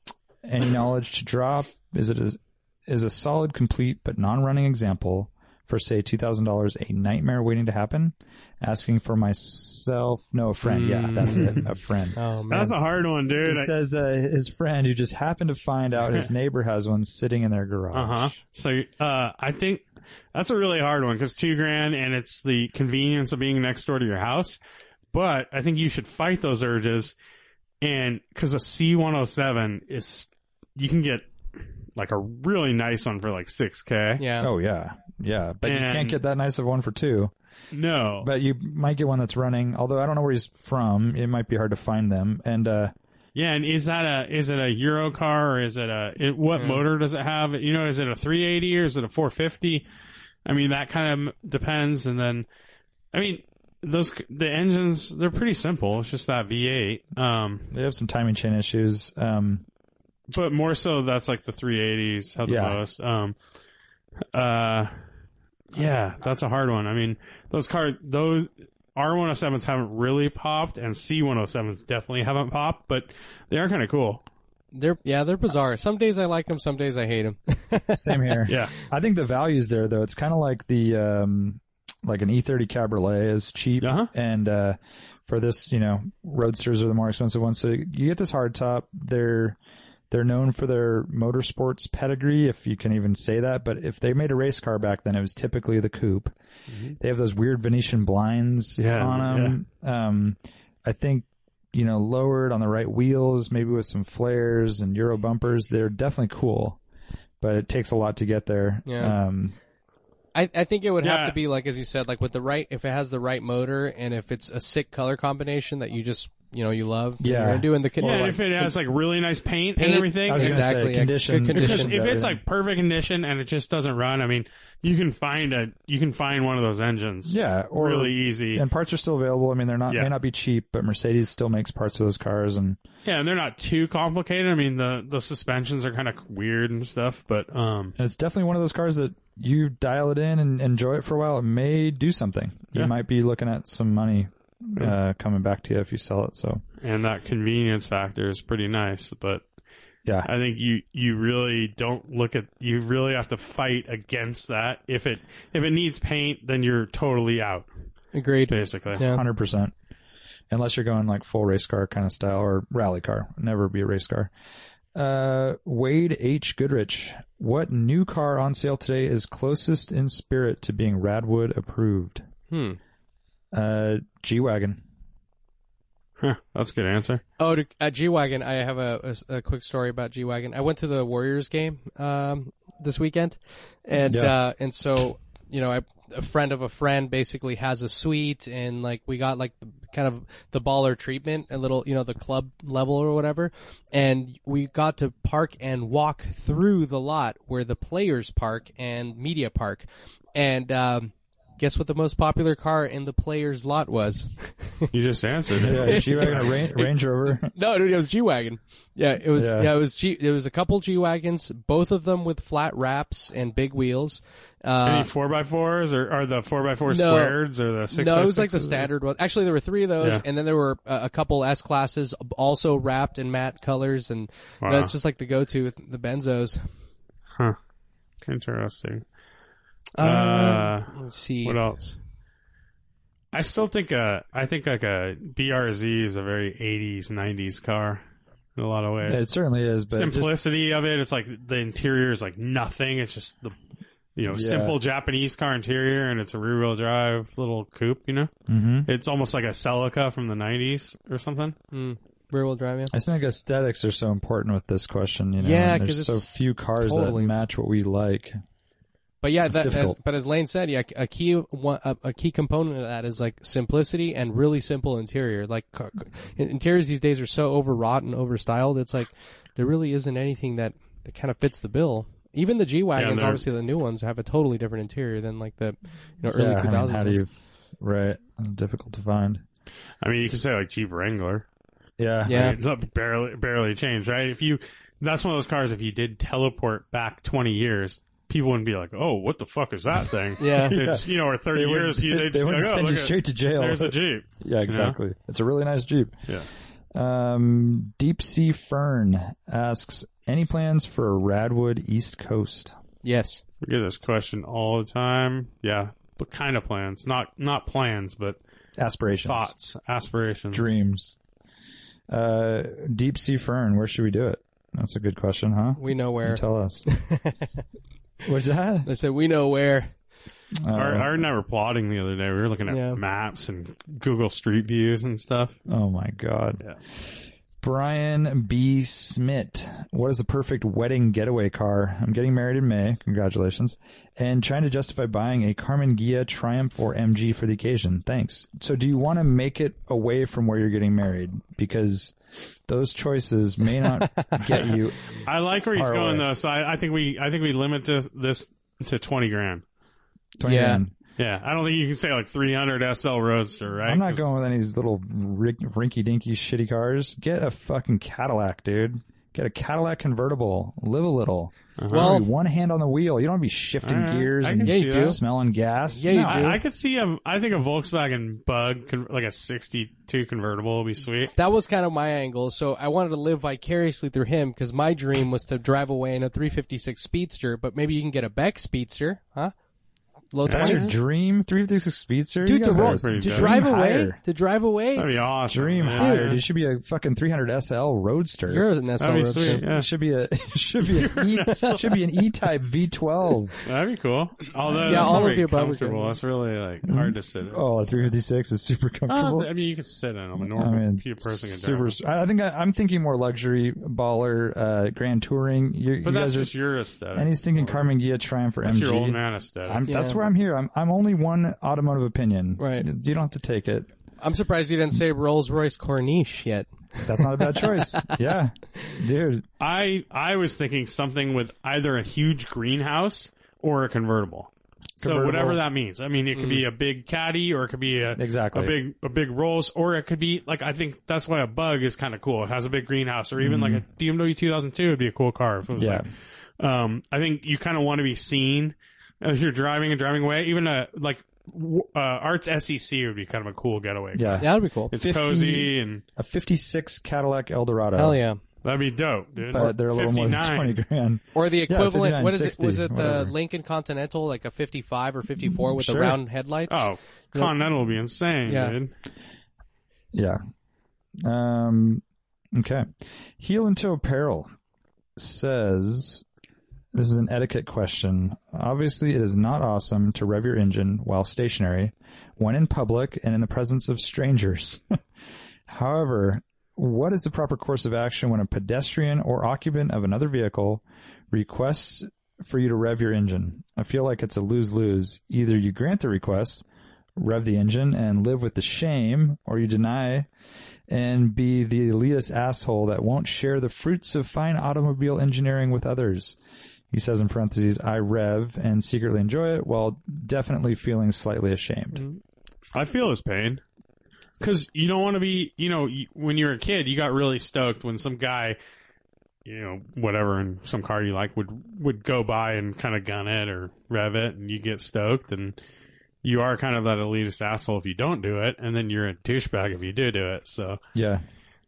F: Any knowledge to drop is it a, is a solid, complete, but non-running example for say two thousand dollars, a nightmare waiting to happen. Asking for myself, no, a friend. Yeah, that's it, a friend.
C: Oh man,
D: that's a hard one, dude.
F: He says uh, his friend who just happened to find out his neighbor has one sitting in their garage.
D: Uh huh. So uh, I think that's a really hard one because two grand and it's the convenience of being next door to your house. But I think you should fight those urges, and because a C one hundred seven is you can get like a really nice one for like six k.
C: yeah.
F: Oh yeah, yeah. But you
D: And-
F: can't get that nice of one for two.
D: No,
F: But you might get one that's running. Although I don't know where he's from, it might be hard to find them. And uh,
D: yeah, and is that a is it a Euro car or is it a it, what motor does it have? You know, is it a three eighty or is it a four fifty? I mean, that kind of depends. And then, I mean, those the engines they're pretty simple. It's just that V eight. Um,
F: they have some timing chain issues. Um,
D: but more so that's like the 380s have the
F: Yeah.
D: most um uh yeah that's a hard one i mean those car those r107s haven't really popped and c107s definitely haven't popped but they are kind of cool
C: They're yeah, they're bizarre. Some days I like them, some days I hate them.
F: same here.
D: yeah
F: I think the value's there though. It's kind of like the um, like an E30 Cabriolet is cheap,
D: Uh-huh.
F: and uh, for this, you know, roadsters are the more expensive ones. So you get this hardtop. They're they're known for their motorsports pedigree, if you can even say that. But if they made a race car back then, it was typically the coupe. They have those weird Venetian blinds
D: Yeah,
F: on them. Um, I think you know lowered on the right wheels, maybe with some flares and Euro bumpers. They're definitely cool, but it takes a lot to get there.
C: Yeah.
F: Um,
C: I, I think it would
D: Yeah.
C: have to be like as you said, like with the right if it has the right motor and if it's a sick color combination that you just you know you love. that
F: Yeah.
C: you're gonna do in the kid.
D: yeah and if it has like really nice paint, and
C: Paint-
D: everything
F: I was
D: and-
F: gonna
C: Exactly,
F: say
C: yeah,
F: condition.
C: good condition.
D: because if
F: Yeah.
D: it's like perfect condition and it just doesn't run i mean you can find a you can find one of those engines
F: yeah, or
D: really easy
F: and parts are still available. I mean, they're not
D: Yeah.
F: may not be cheap, but Mercedes still makes parts of those cars, and
D: yeah and they're not too complicated i mean the the suspensions are kind of weird and stuff but um
F: and it's definitely one of those cars that you dial it in and enjoy it for a while. It may do something.
D: Yeah.
F: You might be looking at some money uh, coming back to you if you sell it. So
D: and that convenience factor is pretty nice but
F: yeah,
D: i think you you really don't look at you really have to fight against that if it if it needs paint then you're totally out
C: Agreed.
D: basically
C: Yeah.
F: hundred percent. Unless you're going like full race car kind of style or rally car, never be a race car. Uh, Wade H. Goodrich, what new car on sale today is closest in spirit to being Radwood approved?
C: Hmm.
F: Uh, G wagon.
D: Huh, that's a good answer
C: Oh, to, at G Wagon, I have a, a, a quick story about G Wagon. I went to the Warriors game um, this weekend, and
F: Yeah.
C: uh, and so you know, I, a friend of a friend basically has a suite, and like we got like the, kind of the baller treatment, a little you know the club level or whatever, and we got to park and walk through the lot where the players park and media park, and. Um, Guess what the most popular car in the players' lot was?
D: you just answered it
F: G wagon, Range, Range Rover.
C: No, dude, it was G wagon. Yeah, it was.
F: Yeah.
C: Yeah. it was G. It was a couple G wagons, both of them with flat wraps and big wheels.
D: any
C: Uh,
D: four by fours or are the four by four
C: No.
D: squareds or the six
C: no,
D: by
C: it was like the
D: sixes?
C: standard one. Actually, there were three of those,
D: Yeah.
C: and then there were uh, a couple S classes, also wrapped in matte colors, and you know,
D: Wow.
C: it's just like the go-to with the Benzos.
D: interesting
C: Uh,
D: Uh,
C: let's see.
D: what else I still think uh I think like a BRZ is a very 80s 90s car. in a lot of ways.
F: It certainly is, but just-
D: Simplicity of it. It's like the interior is like nothing. It's just the you know
F: Yeah.
D: simple Japanese car interior, and it's a rear wheel drive little coupe. You know,
C: Mm-hmm.
F: Mhm.
D: it's almost like a Celica from the '90s or something.
C: Rear wheel drive, yeah.
F: I just think aesthetics are so important with this question. You know,
C: Yeah,
F: and
C: 'cause
F: there's so
C: it's
F: few cars
C: totally-
F: that match what we like.
C: But yeah, that, as,
F: difficult.
C: but as Lane said, yeah, a key one, a, a key component of that is like simplicity and really simple interior. Like car- interiors these days are so overwrought and overstyled. It's like there really isn't anything that that kind of fits the bill. Even the G wagons,
D: they're-
C: obviously the new ones have a totally different interior than like the you know early
F: Yeah, I
C: two
F: mean,
C: thousands.
F: how do you? Right, difficult to find.
D: I mean, you could say like Jeep Wrangler.
F: Yeah,
C: yeah,
D: It's up- barely barely changed, right? If you that's one of those cars. If you did teleport back 20 years, people wouldn't be like, "Oh, what the fuck is that thing?"
C: Yeah.
D: They'd just, you know, or 30
F: wouldn't-
D: years, you, they'd
F: they
D: just be
F: wouldn't
D: like, "Oh,
F: send
D: look
F: you
D: at-
F: straight to jail.
D: There's a Jeep.
F: Yeah, exactly. It's a really nice Jeep.
D: Yeah.
F: Um, Deep Sea Fern asks, any plans for a Radwood East Coast?
C: yes,
D: We get this question all the time. Yeah, but kind of plans, not not plans, but
F: Aspirations,
D: thoughts, aspirations.
F: dreams. Uh, Deep Sea Fern, where should we do it? That's a good question, huh?
C: we know
F: You
C: where.
F: Tell us. What's that?
C: They said we know where.
F: Oh,
D: Our, our and I were plotting the other day. We were looking at
C: Yeah.
D: maps and Google Street Views and stuff.
F: oh my God.
D: Yeah.
F: Brian B. Smith, what is the perfect wedding getaway car? I'm getting married in May. Congratulations. And trying to justify buying a Carmen Ghia Triumph or MG for the occasion. Thanks. So do you want to make it away from where you're getting married? Because those choices may not get you.
D: I like where he's
F: Far
D: going
F: away.
D: though. So I, I think we I think we limit this, this to 20 grand.
F: 20
C: Yeah.
F: grand.
D: Yeah, I don't think you can say like 300 SL Roadster, right?
F: I'm not
D: 'Cause
F: going with any of these little rink, rinky-dinky shitty cars. Get a fucking Cadillac, dude. Get a Cadillac convertible. Live a little.
D: Uh-huh.
F: Well, one hand on the wheel. You don't want to be shifting
D: Alright,
F: gears
D: Uh, I
F: and
D: can Yeah,
C: you see do. that.
F: smelling gas.
C: Yeah, you
F: No,
C: do.
D: I, I could see a. I think a Volkswagen Bug, con- like a '62 convertible, would be sweet.
C: That was kind of my angle. So I wanted to live vicariously through him because my dream was to drive away in a 356 Speedster, but maybe you can get a Beck Speedster, huh? Low
F: That's your
C: 20s.
F: dream 356 Speedster? You
C: Dude, to,
F: guys
C: roll,
F: gotta
D: pretty
C: to
D: good.
C: drive
F: Dream
C: away,
F: higher.
C: to drive away,
D: That'd be awesome.
F: Dream
D: man.
F: higher. It should be a fucking 300 SL Roadster.
C: you're an SL
D: That'd be
C: roadster.
D: sweet. Yeah.
F: It should be a it should be an e, it should be an E-Type V12.
D: That'd be cool. Although
C: Yeah,
D: yeah,
C: all
D: all
C: of
D: very
C: the above are
D: comfortable.
C: good.
D: That's really like hard to sit in.
F: Oh, a 356 is super comfortable.
D: Uh, I mean, you could sit in. I'm a
F: I
D: normal
F: mean,
D: person. Can
F: super.
D: drive.
F: I I think I, I'm thinking more luxury baller, uh, grand touring. you
D: But
F: you
D: that's
F: guys are-
D: just your aesthetic.
F: and he's thinking Carmen Ghia Triumph for
D: that's
F: MG.
D: your old man aesthetic.
F: I'm, That's
C: Yeah.
F: where I'm here. I'm I'm only one automotive opinion.
C: Right.
F: You don't have to take it.
C: I'm surprised you didn't say Rolls Royce Corniche yet.
F: That's not a bad choice. Yeah, dude.
D: I I was thinking something with either a huge greenhouse or a convertible. So
F: Convertible. Mm.
D: whatever that means. I mean, it could be a big caddy or it could be a
F: Exactly.
D: a big a big Rolls or it could be like I think that's why a Bug is kind of cool. It has a big greenhouse or even like a BMW 2002 would be a cool car. If it was
F: Mm. Yeah.
D: like, um, I think you kind of want to be seen as you're driving and driving away. Even a like w- uh, Arts SEC would be kind of a cool getaway. car.
F: Yeah.
C: Yeah, that'd be cool.
D: It's
F: 50
D: cozy and
F: A '56 Cadillac Eldorado.
C: Hell yeah.
D: that'd be dope, dude.
F: But they're a little more than
D: 59.
F: twenty grand.
C: Or the equivalent,
F: 59,
C: what is it?
F: 60,
C: Was it
F: whatever.
C: the Lincoln Continental, like a 55 or 54 with the
F: Sure.
C: round headlights?
D: Oh, Continental would be insane,
C: Yeah.
D: dude.
F: Yeah. Um. Okay. Heel and toe apparel says this is an etiquette question. Obviously, it is not awesome to rev your engine while stationary, when in public and in the presence of strangers. However, what is the proper course of action when a pedestrian or occupant of another vehicle requests for you to rev your engine? I feel like it's a lose lose. Either you grant the request, rev the engine, and live with the shame, or you deny and be the elitist asshole that won't share the fruits of fine automobile engineering with others. He says in parentheses, I rev and secretly enjoy it while definitely feeling slightly ashamed.
D: I feel his pain. Because you don't want to be, you know, you, when you're a kid, you got really stoked when some guy, you know, whatever, in some car you like would would go by and kind of gun it or rev it, and you get stoked, and you are kind of that elitist asshole if you don't do it, and then you're a douchebag if you do do it. So
F: Yeah.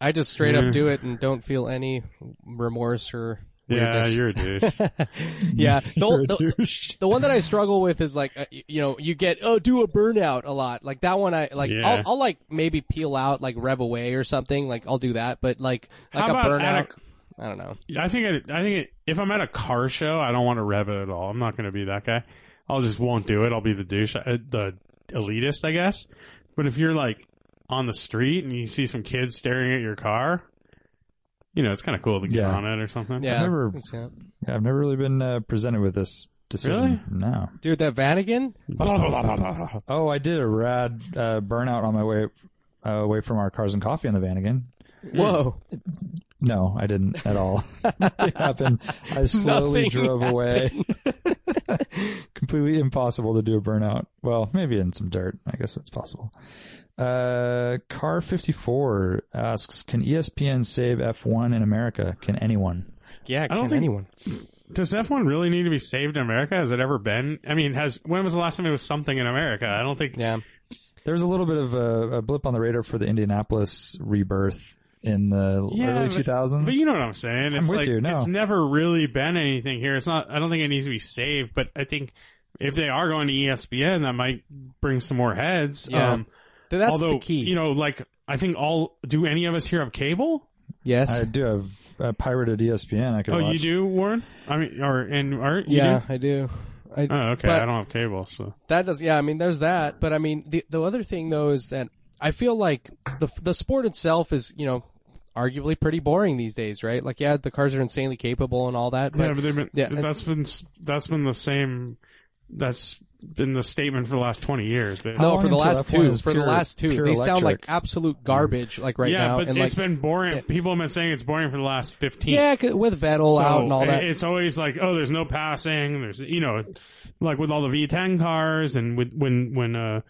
C: I just straight
D: Yeah.
C: up do it and don't feel any remorse or
D: Yeah,
C: weirdness.
D: you're a douche.
C: yeah. The,
F: You're a
C: the-
F: douche.
C: the one that I struggle with is like, uh, y- you know, you get, oh, do a burnout a lot. Like that one, I like,
D: Yeah.
C: I'll, I'll like maybe peel out like Rev Away or something. Like I'll do that, but like, like
D: How
C: a
D: about
C: burnout.
D: at
C: I I don't know.
D: I think I, I think it, if I'm at a car show, I don't want to rev it at all. I'm not going to be that guy. I'll just won't do it. I'll be the douche, uh, the elitist, I guess. But if you're like on the street and you see some kids staring at your car, you know it's kind of cool to get
F: Yeah.
D: on it or something.
C: Yeah.
F: never-
C: That's it.
F: I've never really been uh, presented with this decision. No.
C: Dude, that Vanagon?
F: Oh, I did a rad uh, burnout on my way uh, away from our cars and coffee on the van again.
D: Hmm.
C: Whoa.
F: No, I didn't at all. Nothing happened. I slowly
C: Nothing
F: drove away. Completely impossible to do a burnout. Well, maybe in some dirt. I guess that's possible. Uh, Car54 asks Can E ESPN save F1 in America? Can anyone?
C: Yeah, can
D: don't think-
C: anyone.
D: Does F1 really need to be saved in America? Has it ever been? I mean, has when was the last time it was something in America? I don't think.
C: Yeah.
F: There's a little bit of a, a blip on the radar for the Indianapolis rebirth in the
D: Yeah,
F: early
D: but-
F: 2000s.
D: But you know what I'm saying? It's
F: with
D: like
F: you, no.
D: it's never really been anything here. It's not I don't think it needs to be saved, but I think if they are going to E ESPN that might bring some more heads.
C: Yeah.
D: Um
C: Dude, that's
D: although
C: the key.
D: you know, like I think all do any of us here have cable?
C: yes.
F: I do have a pirated E ESPN. I could
D: Oh,
F: watch.
D: you do, Warren? I mean or and Art, you
C: yeah,
D: do?
C: I do. I,
D: Oh, okay.
C: But-
D: I don't have cable, so
C: That does, yeah. I mean, there's that, but I mean, the the other thing though is that I feel like the the sport itself is, you know, arguably pretty boring these days, right? Like, yeah, the cars are insanely capable and all that, but
D: yeah, but they've been,
C: yeah, and-
D: that's been that's been the same. That's been the statement for the last twenty years. But
C: no,
F: long
C: for the
F: until
C: last
F: F1
C: two,
F: is
C: for the
F: pure-
C: last two, they
F: pure
C: sound like
F: electric?
C: absolute garbage, like right
D: yeah,
C: now,
D: but
C: and
D: it's
C: like
D: been boring. People have been saying it's boring for the last fifteen.
C: yeah, c- with Vettel out
D: So,
C: and all that.
D: It's always like, oh, there's no passing. There's you know, like with all the V10 cars and with when when uh.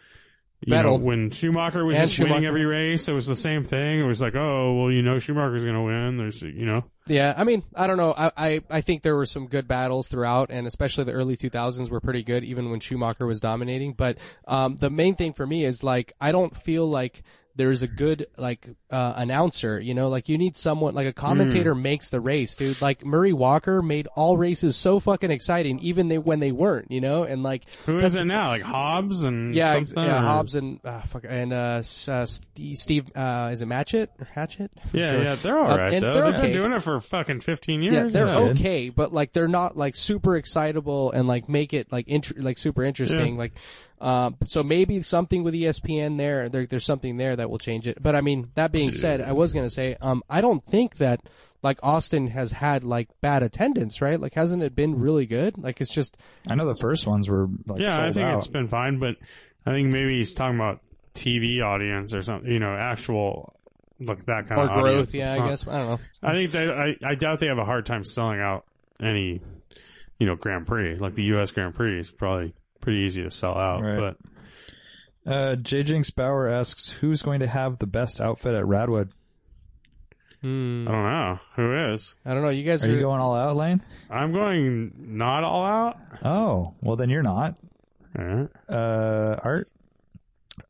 D: You know,
C: Vettel.
D: when Schumacher was
C: And
D: just winning
C: Schumacher.
D: every race, it was the same thing. It was like, oh, well, you know, Schumacher's going to win. There's, you know,
C: Yeah, I mean, I don't know. I, I, I think there were some good battles throughout, and especially the early 2000s were pretty good, even when Schumacher was dominating. But um, the main thing for me is like I don't feel like there's a good like uh, announcer. You know, like you need someone like a commentator
D: Mm.
C: makes the race, dude. Like Murray Walker made all races so fucking exciting, even they when they weren't. You know, and like
D: who is
C: that's-
D: it now? Like Hobbs and
C: Yeah, ex-
D: something?
C: yeah,
D: or-
C: Hobbs and uh, fuck, and uh, S- uh, Steve, Steve uh, is it Matchett or Hatchet?
D: Yeah, yeah, they're all
C: Uh,
D: right
C: and
D: though.
C: they're
D: They've
C: okay.
D: been doing it for fucking fifteen
C: Yeah,
D: years.
C: they're
D: now.
F: good.
C: okay, but like they're not like super excitable and like make it like int- like super interesting. Like, um, so maybe something with E ESPN there, there, there's something there that will change it. But I mean, that being said, I was gonna say, um, I don't think that like Austin has had like bad attendance, right? Like, hasn't it been really good? Like, it's just
F: I know the first ones were like
D: yeah,
F: sold
D: I think
F: out.
D: it's been fine, but I think maybe he's talking about TV audience or something. You know, actual like that kind
C: or
D: of audience.
C: growth. Yeah,
D: It's
C: I
D: not-
C: guess I don't know.
D: I think they. I, I doubt they have a hard time selling out any, you know, Grand Prix. Like the U.S. Grand Prix is probably pretty easy to sell out.
F: Right.
D: But
F: Uh, J. Jinx Bauer asks, "Who's going to have the best outfit at Radwood?
D: I don't know who is.
C: I don't know. You guys
F: Are
C: are,
F: you going all out, Lane?
D: I'm going not all out. Eh.
F: Oh, well then you're not.
D: All right.
F: Uh, Art.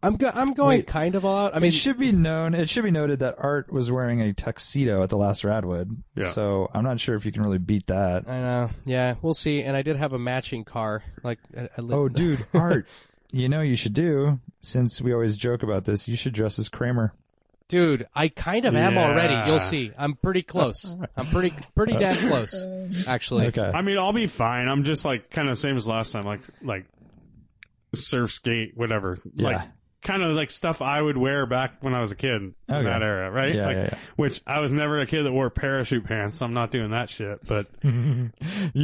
C: I'm go- I'm going
F: Wait.
C: kind of all out. I mean,
F: It should be known. It should be noted that Art was wearing a tuxedo at the last Radwood.
D: Yeah.
F: So I'm not sure if you can really beat that.
C: I know. Yeah, we'll see. And I did have a matching car. Like, I, I li-
F: Oh, dude, Art. you know you should do since we always joke about this. You should dress as Kramer.
C: Dude, I kind of am
D: Yeah.
C: already. You'll see. I'm pretty close. I'm pretty pretty damn close, actually.
F: Uh, Okay.
D: I mean, I'll be fine. I'm just like kind of same as last time. Like like surf skate, whatever.
F: Yeah.
D: Like kind of like stuff I would wear back when I was a kid in
F: Okay.
D: that era, right?
F: Yeah,
D: like,
F: yeah, yeah.
D: Which I was never a kid that wore parachute pants, so I'm not doing that shit. But
F: you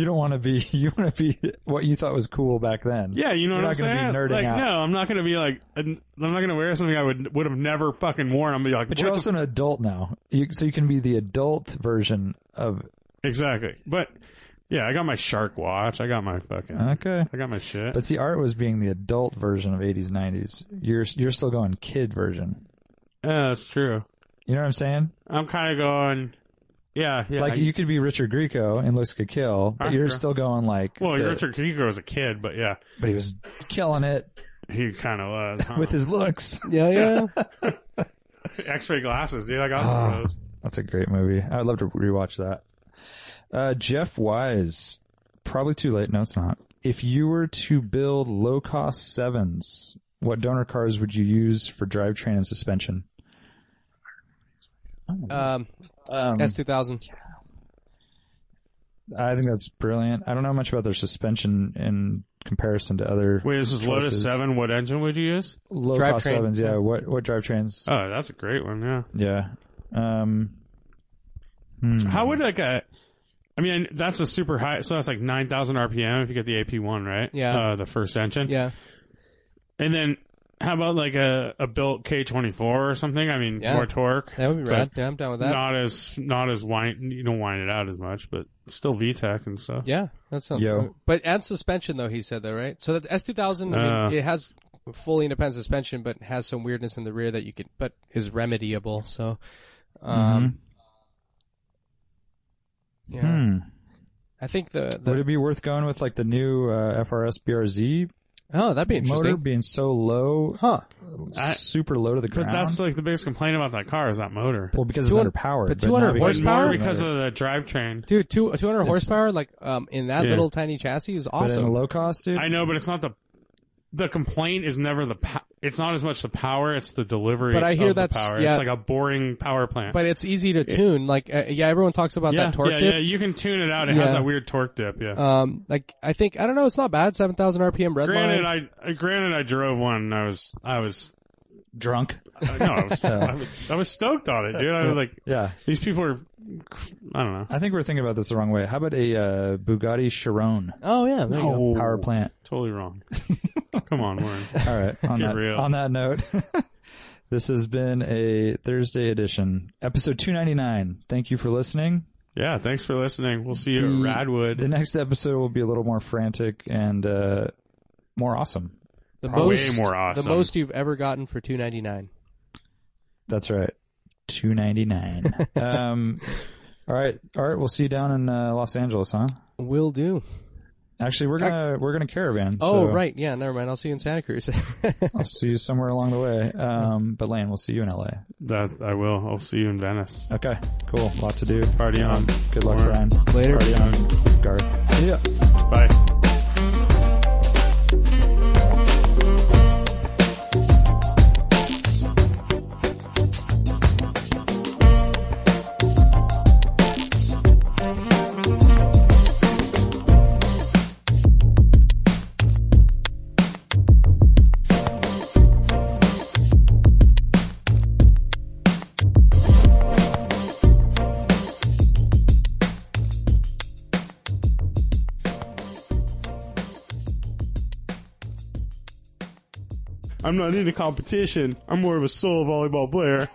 F: don't want to be. You want to be what you thought was cool back then.
D: yeah, you know
F: You're
D: what I'm
F: not gonna
D: saying?
F: be nerding
D: like,
F: out.
D: no, I'm not gonna be like, I'm not gonna wear something I would would have never fucking worn. I'm gonna be like,
F: But
D: what
F: you're
D: the
F: also an adult now, you, so you can be the adult version of.
D: f- exactly. But yeah, I got my shark watch. I got my fucking.
F: Okay.
D: I got my shit.
F: But see, Art was being the adult version of 80s, 90s. You're you're still going kid version.
D: yeah, that's true.
F: You know what I'm saying?
D: I'm kind of going. Yeah, yeah.
F: like
D: I-
F: you could be Richard Grieco and looks could kill, but
D: Huh,
F: you're
D: yeah.
F: still going like.
D: well,
F: the-
D: Richard Kigo was a kid, but yeah.
F: But he was killing it
D: He kind of was. Huh?
F: with his looks.
C: Yeah, yeah.
D: X-ray glasses, dude. I got some
F: Ah.
D: of those.
F: That's a great movie. I would love to rewatch that. Uh, Jeff Wise, probably too late. No, it's not. If you were to build low cost sevens, what donor cars would you use for drivetrain and suspension?
C: Um,
F: Um,
C: S two thousand.
F: I think that's brilliant. I don't know much about their suspension in comparison to other.
D: Wait, this is Lotus
F: choices.
D: Seven. What engine would you use?
F: Low
C: Drivetrain.
F: cost sevens, yeah. What what drivetrains?
D: Oh, that's a great one. Yeah.
F: yeah. Um, hmm.
C: Mm-hmm.
D: How would like a? I mean, that's a super high. So that's like nine thousand RPM if you get the AP one, right?
C: Yeah.
D: Uh, the first engine.
C: Yeah,
D: And then how about like a a built K twenty four or something? I mean,
C: Yeah.
D: more torque.
C: that would be
D: but
C: rad. Yeah, I'm down with that.
D: Not as not as wind. You don't wind it out as much, but still VTEC and stuff.
C: Yeah, that sounds.
F: Yo.
C: But add suspension though. He said that right. So that S two thousand. I
D: Uh.
C: mean, it has fully independent suspension, but has some weirdness in the rear that you could, but is remediable. So,
F: Mm-hmm.
C: um, yeah,
F: Hmm.
C: I think the,
F: Would
C: the
F: it be worth going with like the new uh, FRS BRZ
C: oh that'd be interesting,
F: motor being so low,
C: huh?
D: I-
F: super low to the
D: But
F: ground?
D: that's like the biggest complaint about that car is that motor.
F: well, because it's
C: 200
F: underpowered.
C: but
F: not
C: 200
F: because
D: But
F: it's
C: horsepower?
D: more
F: motor.
D: because of the drivetrain.
C: Dude, two two hundred
F: It's-
C: horsepower, like um, in that
D: Yeah.
C: little tiny chassis is
F: But in a
C: awesome.
F: low cost, dude.
D: I know, but it's not the. The complaint is never the. Po- it's not as much the power; it's the delivery.
C: But I hear
D: of the
C: that's-
D: power.
C: yeah.
D: It's like a boring power plant.
C: but it's easy to tune. like, uh, yeah, everyone talks about
D: yeah,
C: that torque
D: yeah,
C: dip.
D: yeah. You can tune it out. It has
C: Yeah.
D: that weird torque dip. Yeah.
C: Um, like I think I don't know. It's not bad. Seven thousand RPM red
D: granted,
C: line.
D: I granted I drove one. And I was I was
F: drunk.
D: I- no, I was, I was I was stoked on it, dude. I was like,
F: Yeah,
D: these people are. I don't know.
F: I think we're thinking about this the wrong way. How about a uh, Bugatti Chiron
C: oh yeah, there you go.
F: power plant?
D: Totally wrong. Come on, Warren.
F: All right. On,
D: Get
F: that,
D: real.
F: on that note, this has been a Thursday edition, episode 299. Thank you for listening.
D: Yeah, thanks for listening. We'll see you
F: The-
D: at Radwood.
F: The next episode will be a little more frantic and uh, more awesome.
C: The
D: Way
C: most,
D: more awesome.
C: The most you've ever gotten for two ninety nine.
F: That's right. 299. um, all right. All right. We'll see you down in uh, Los Angeles, huh?
C: Will do.
F: Actually, we're gonna we're gonna caravan.
C: Oh
F: so
C: right, yeah. Never mind. I'll see you in Santa Cruz.
F: I'll see you somewhere along the way. Um, but Lane, we'll see you in LA.
D: That I will. I'll see you in Venice.
F: Okay, cool. Lot to do.
D: Party on.
F: Good luck,
D: Warren.
F: Brian.
C: Later.
F: Party on, Garth.
C: yeah.
D: Bye. I'm not into competition. I'm more of a solo volleyball player.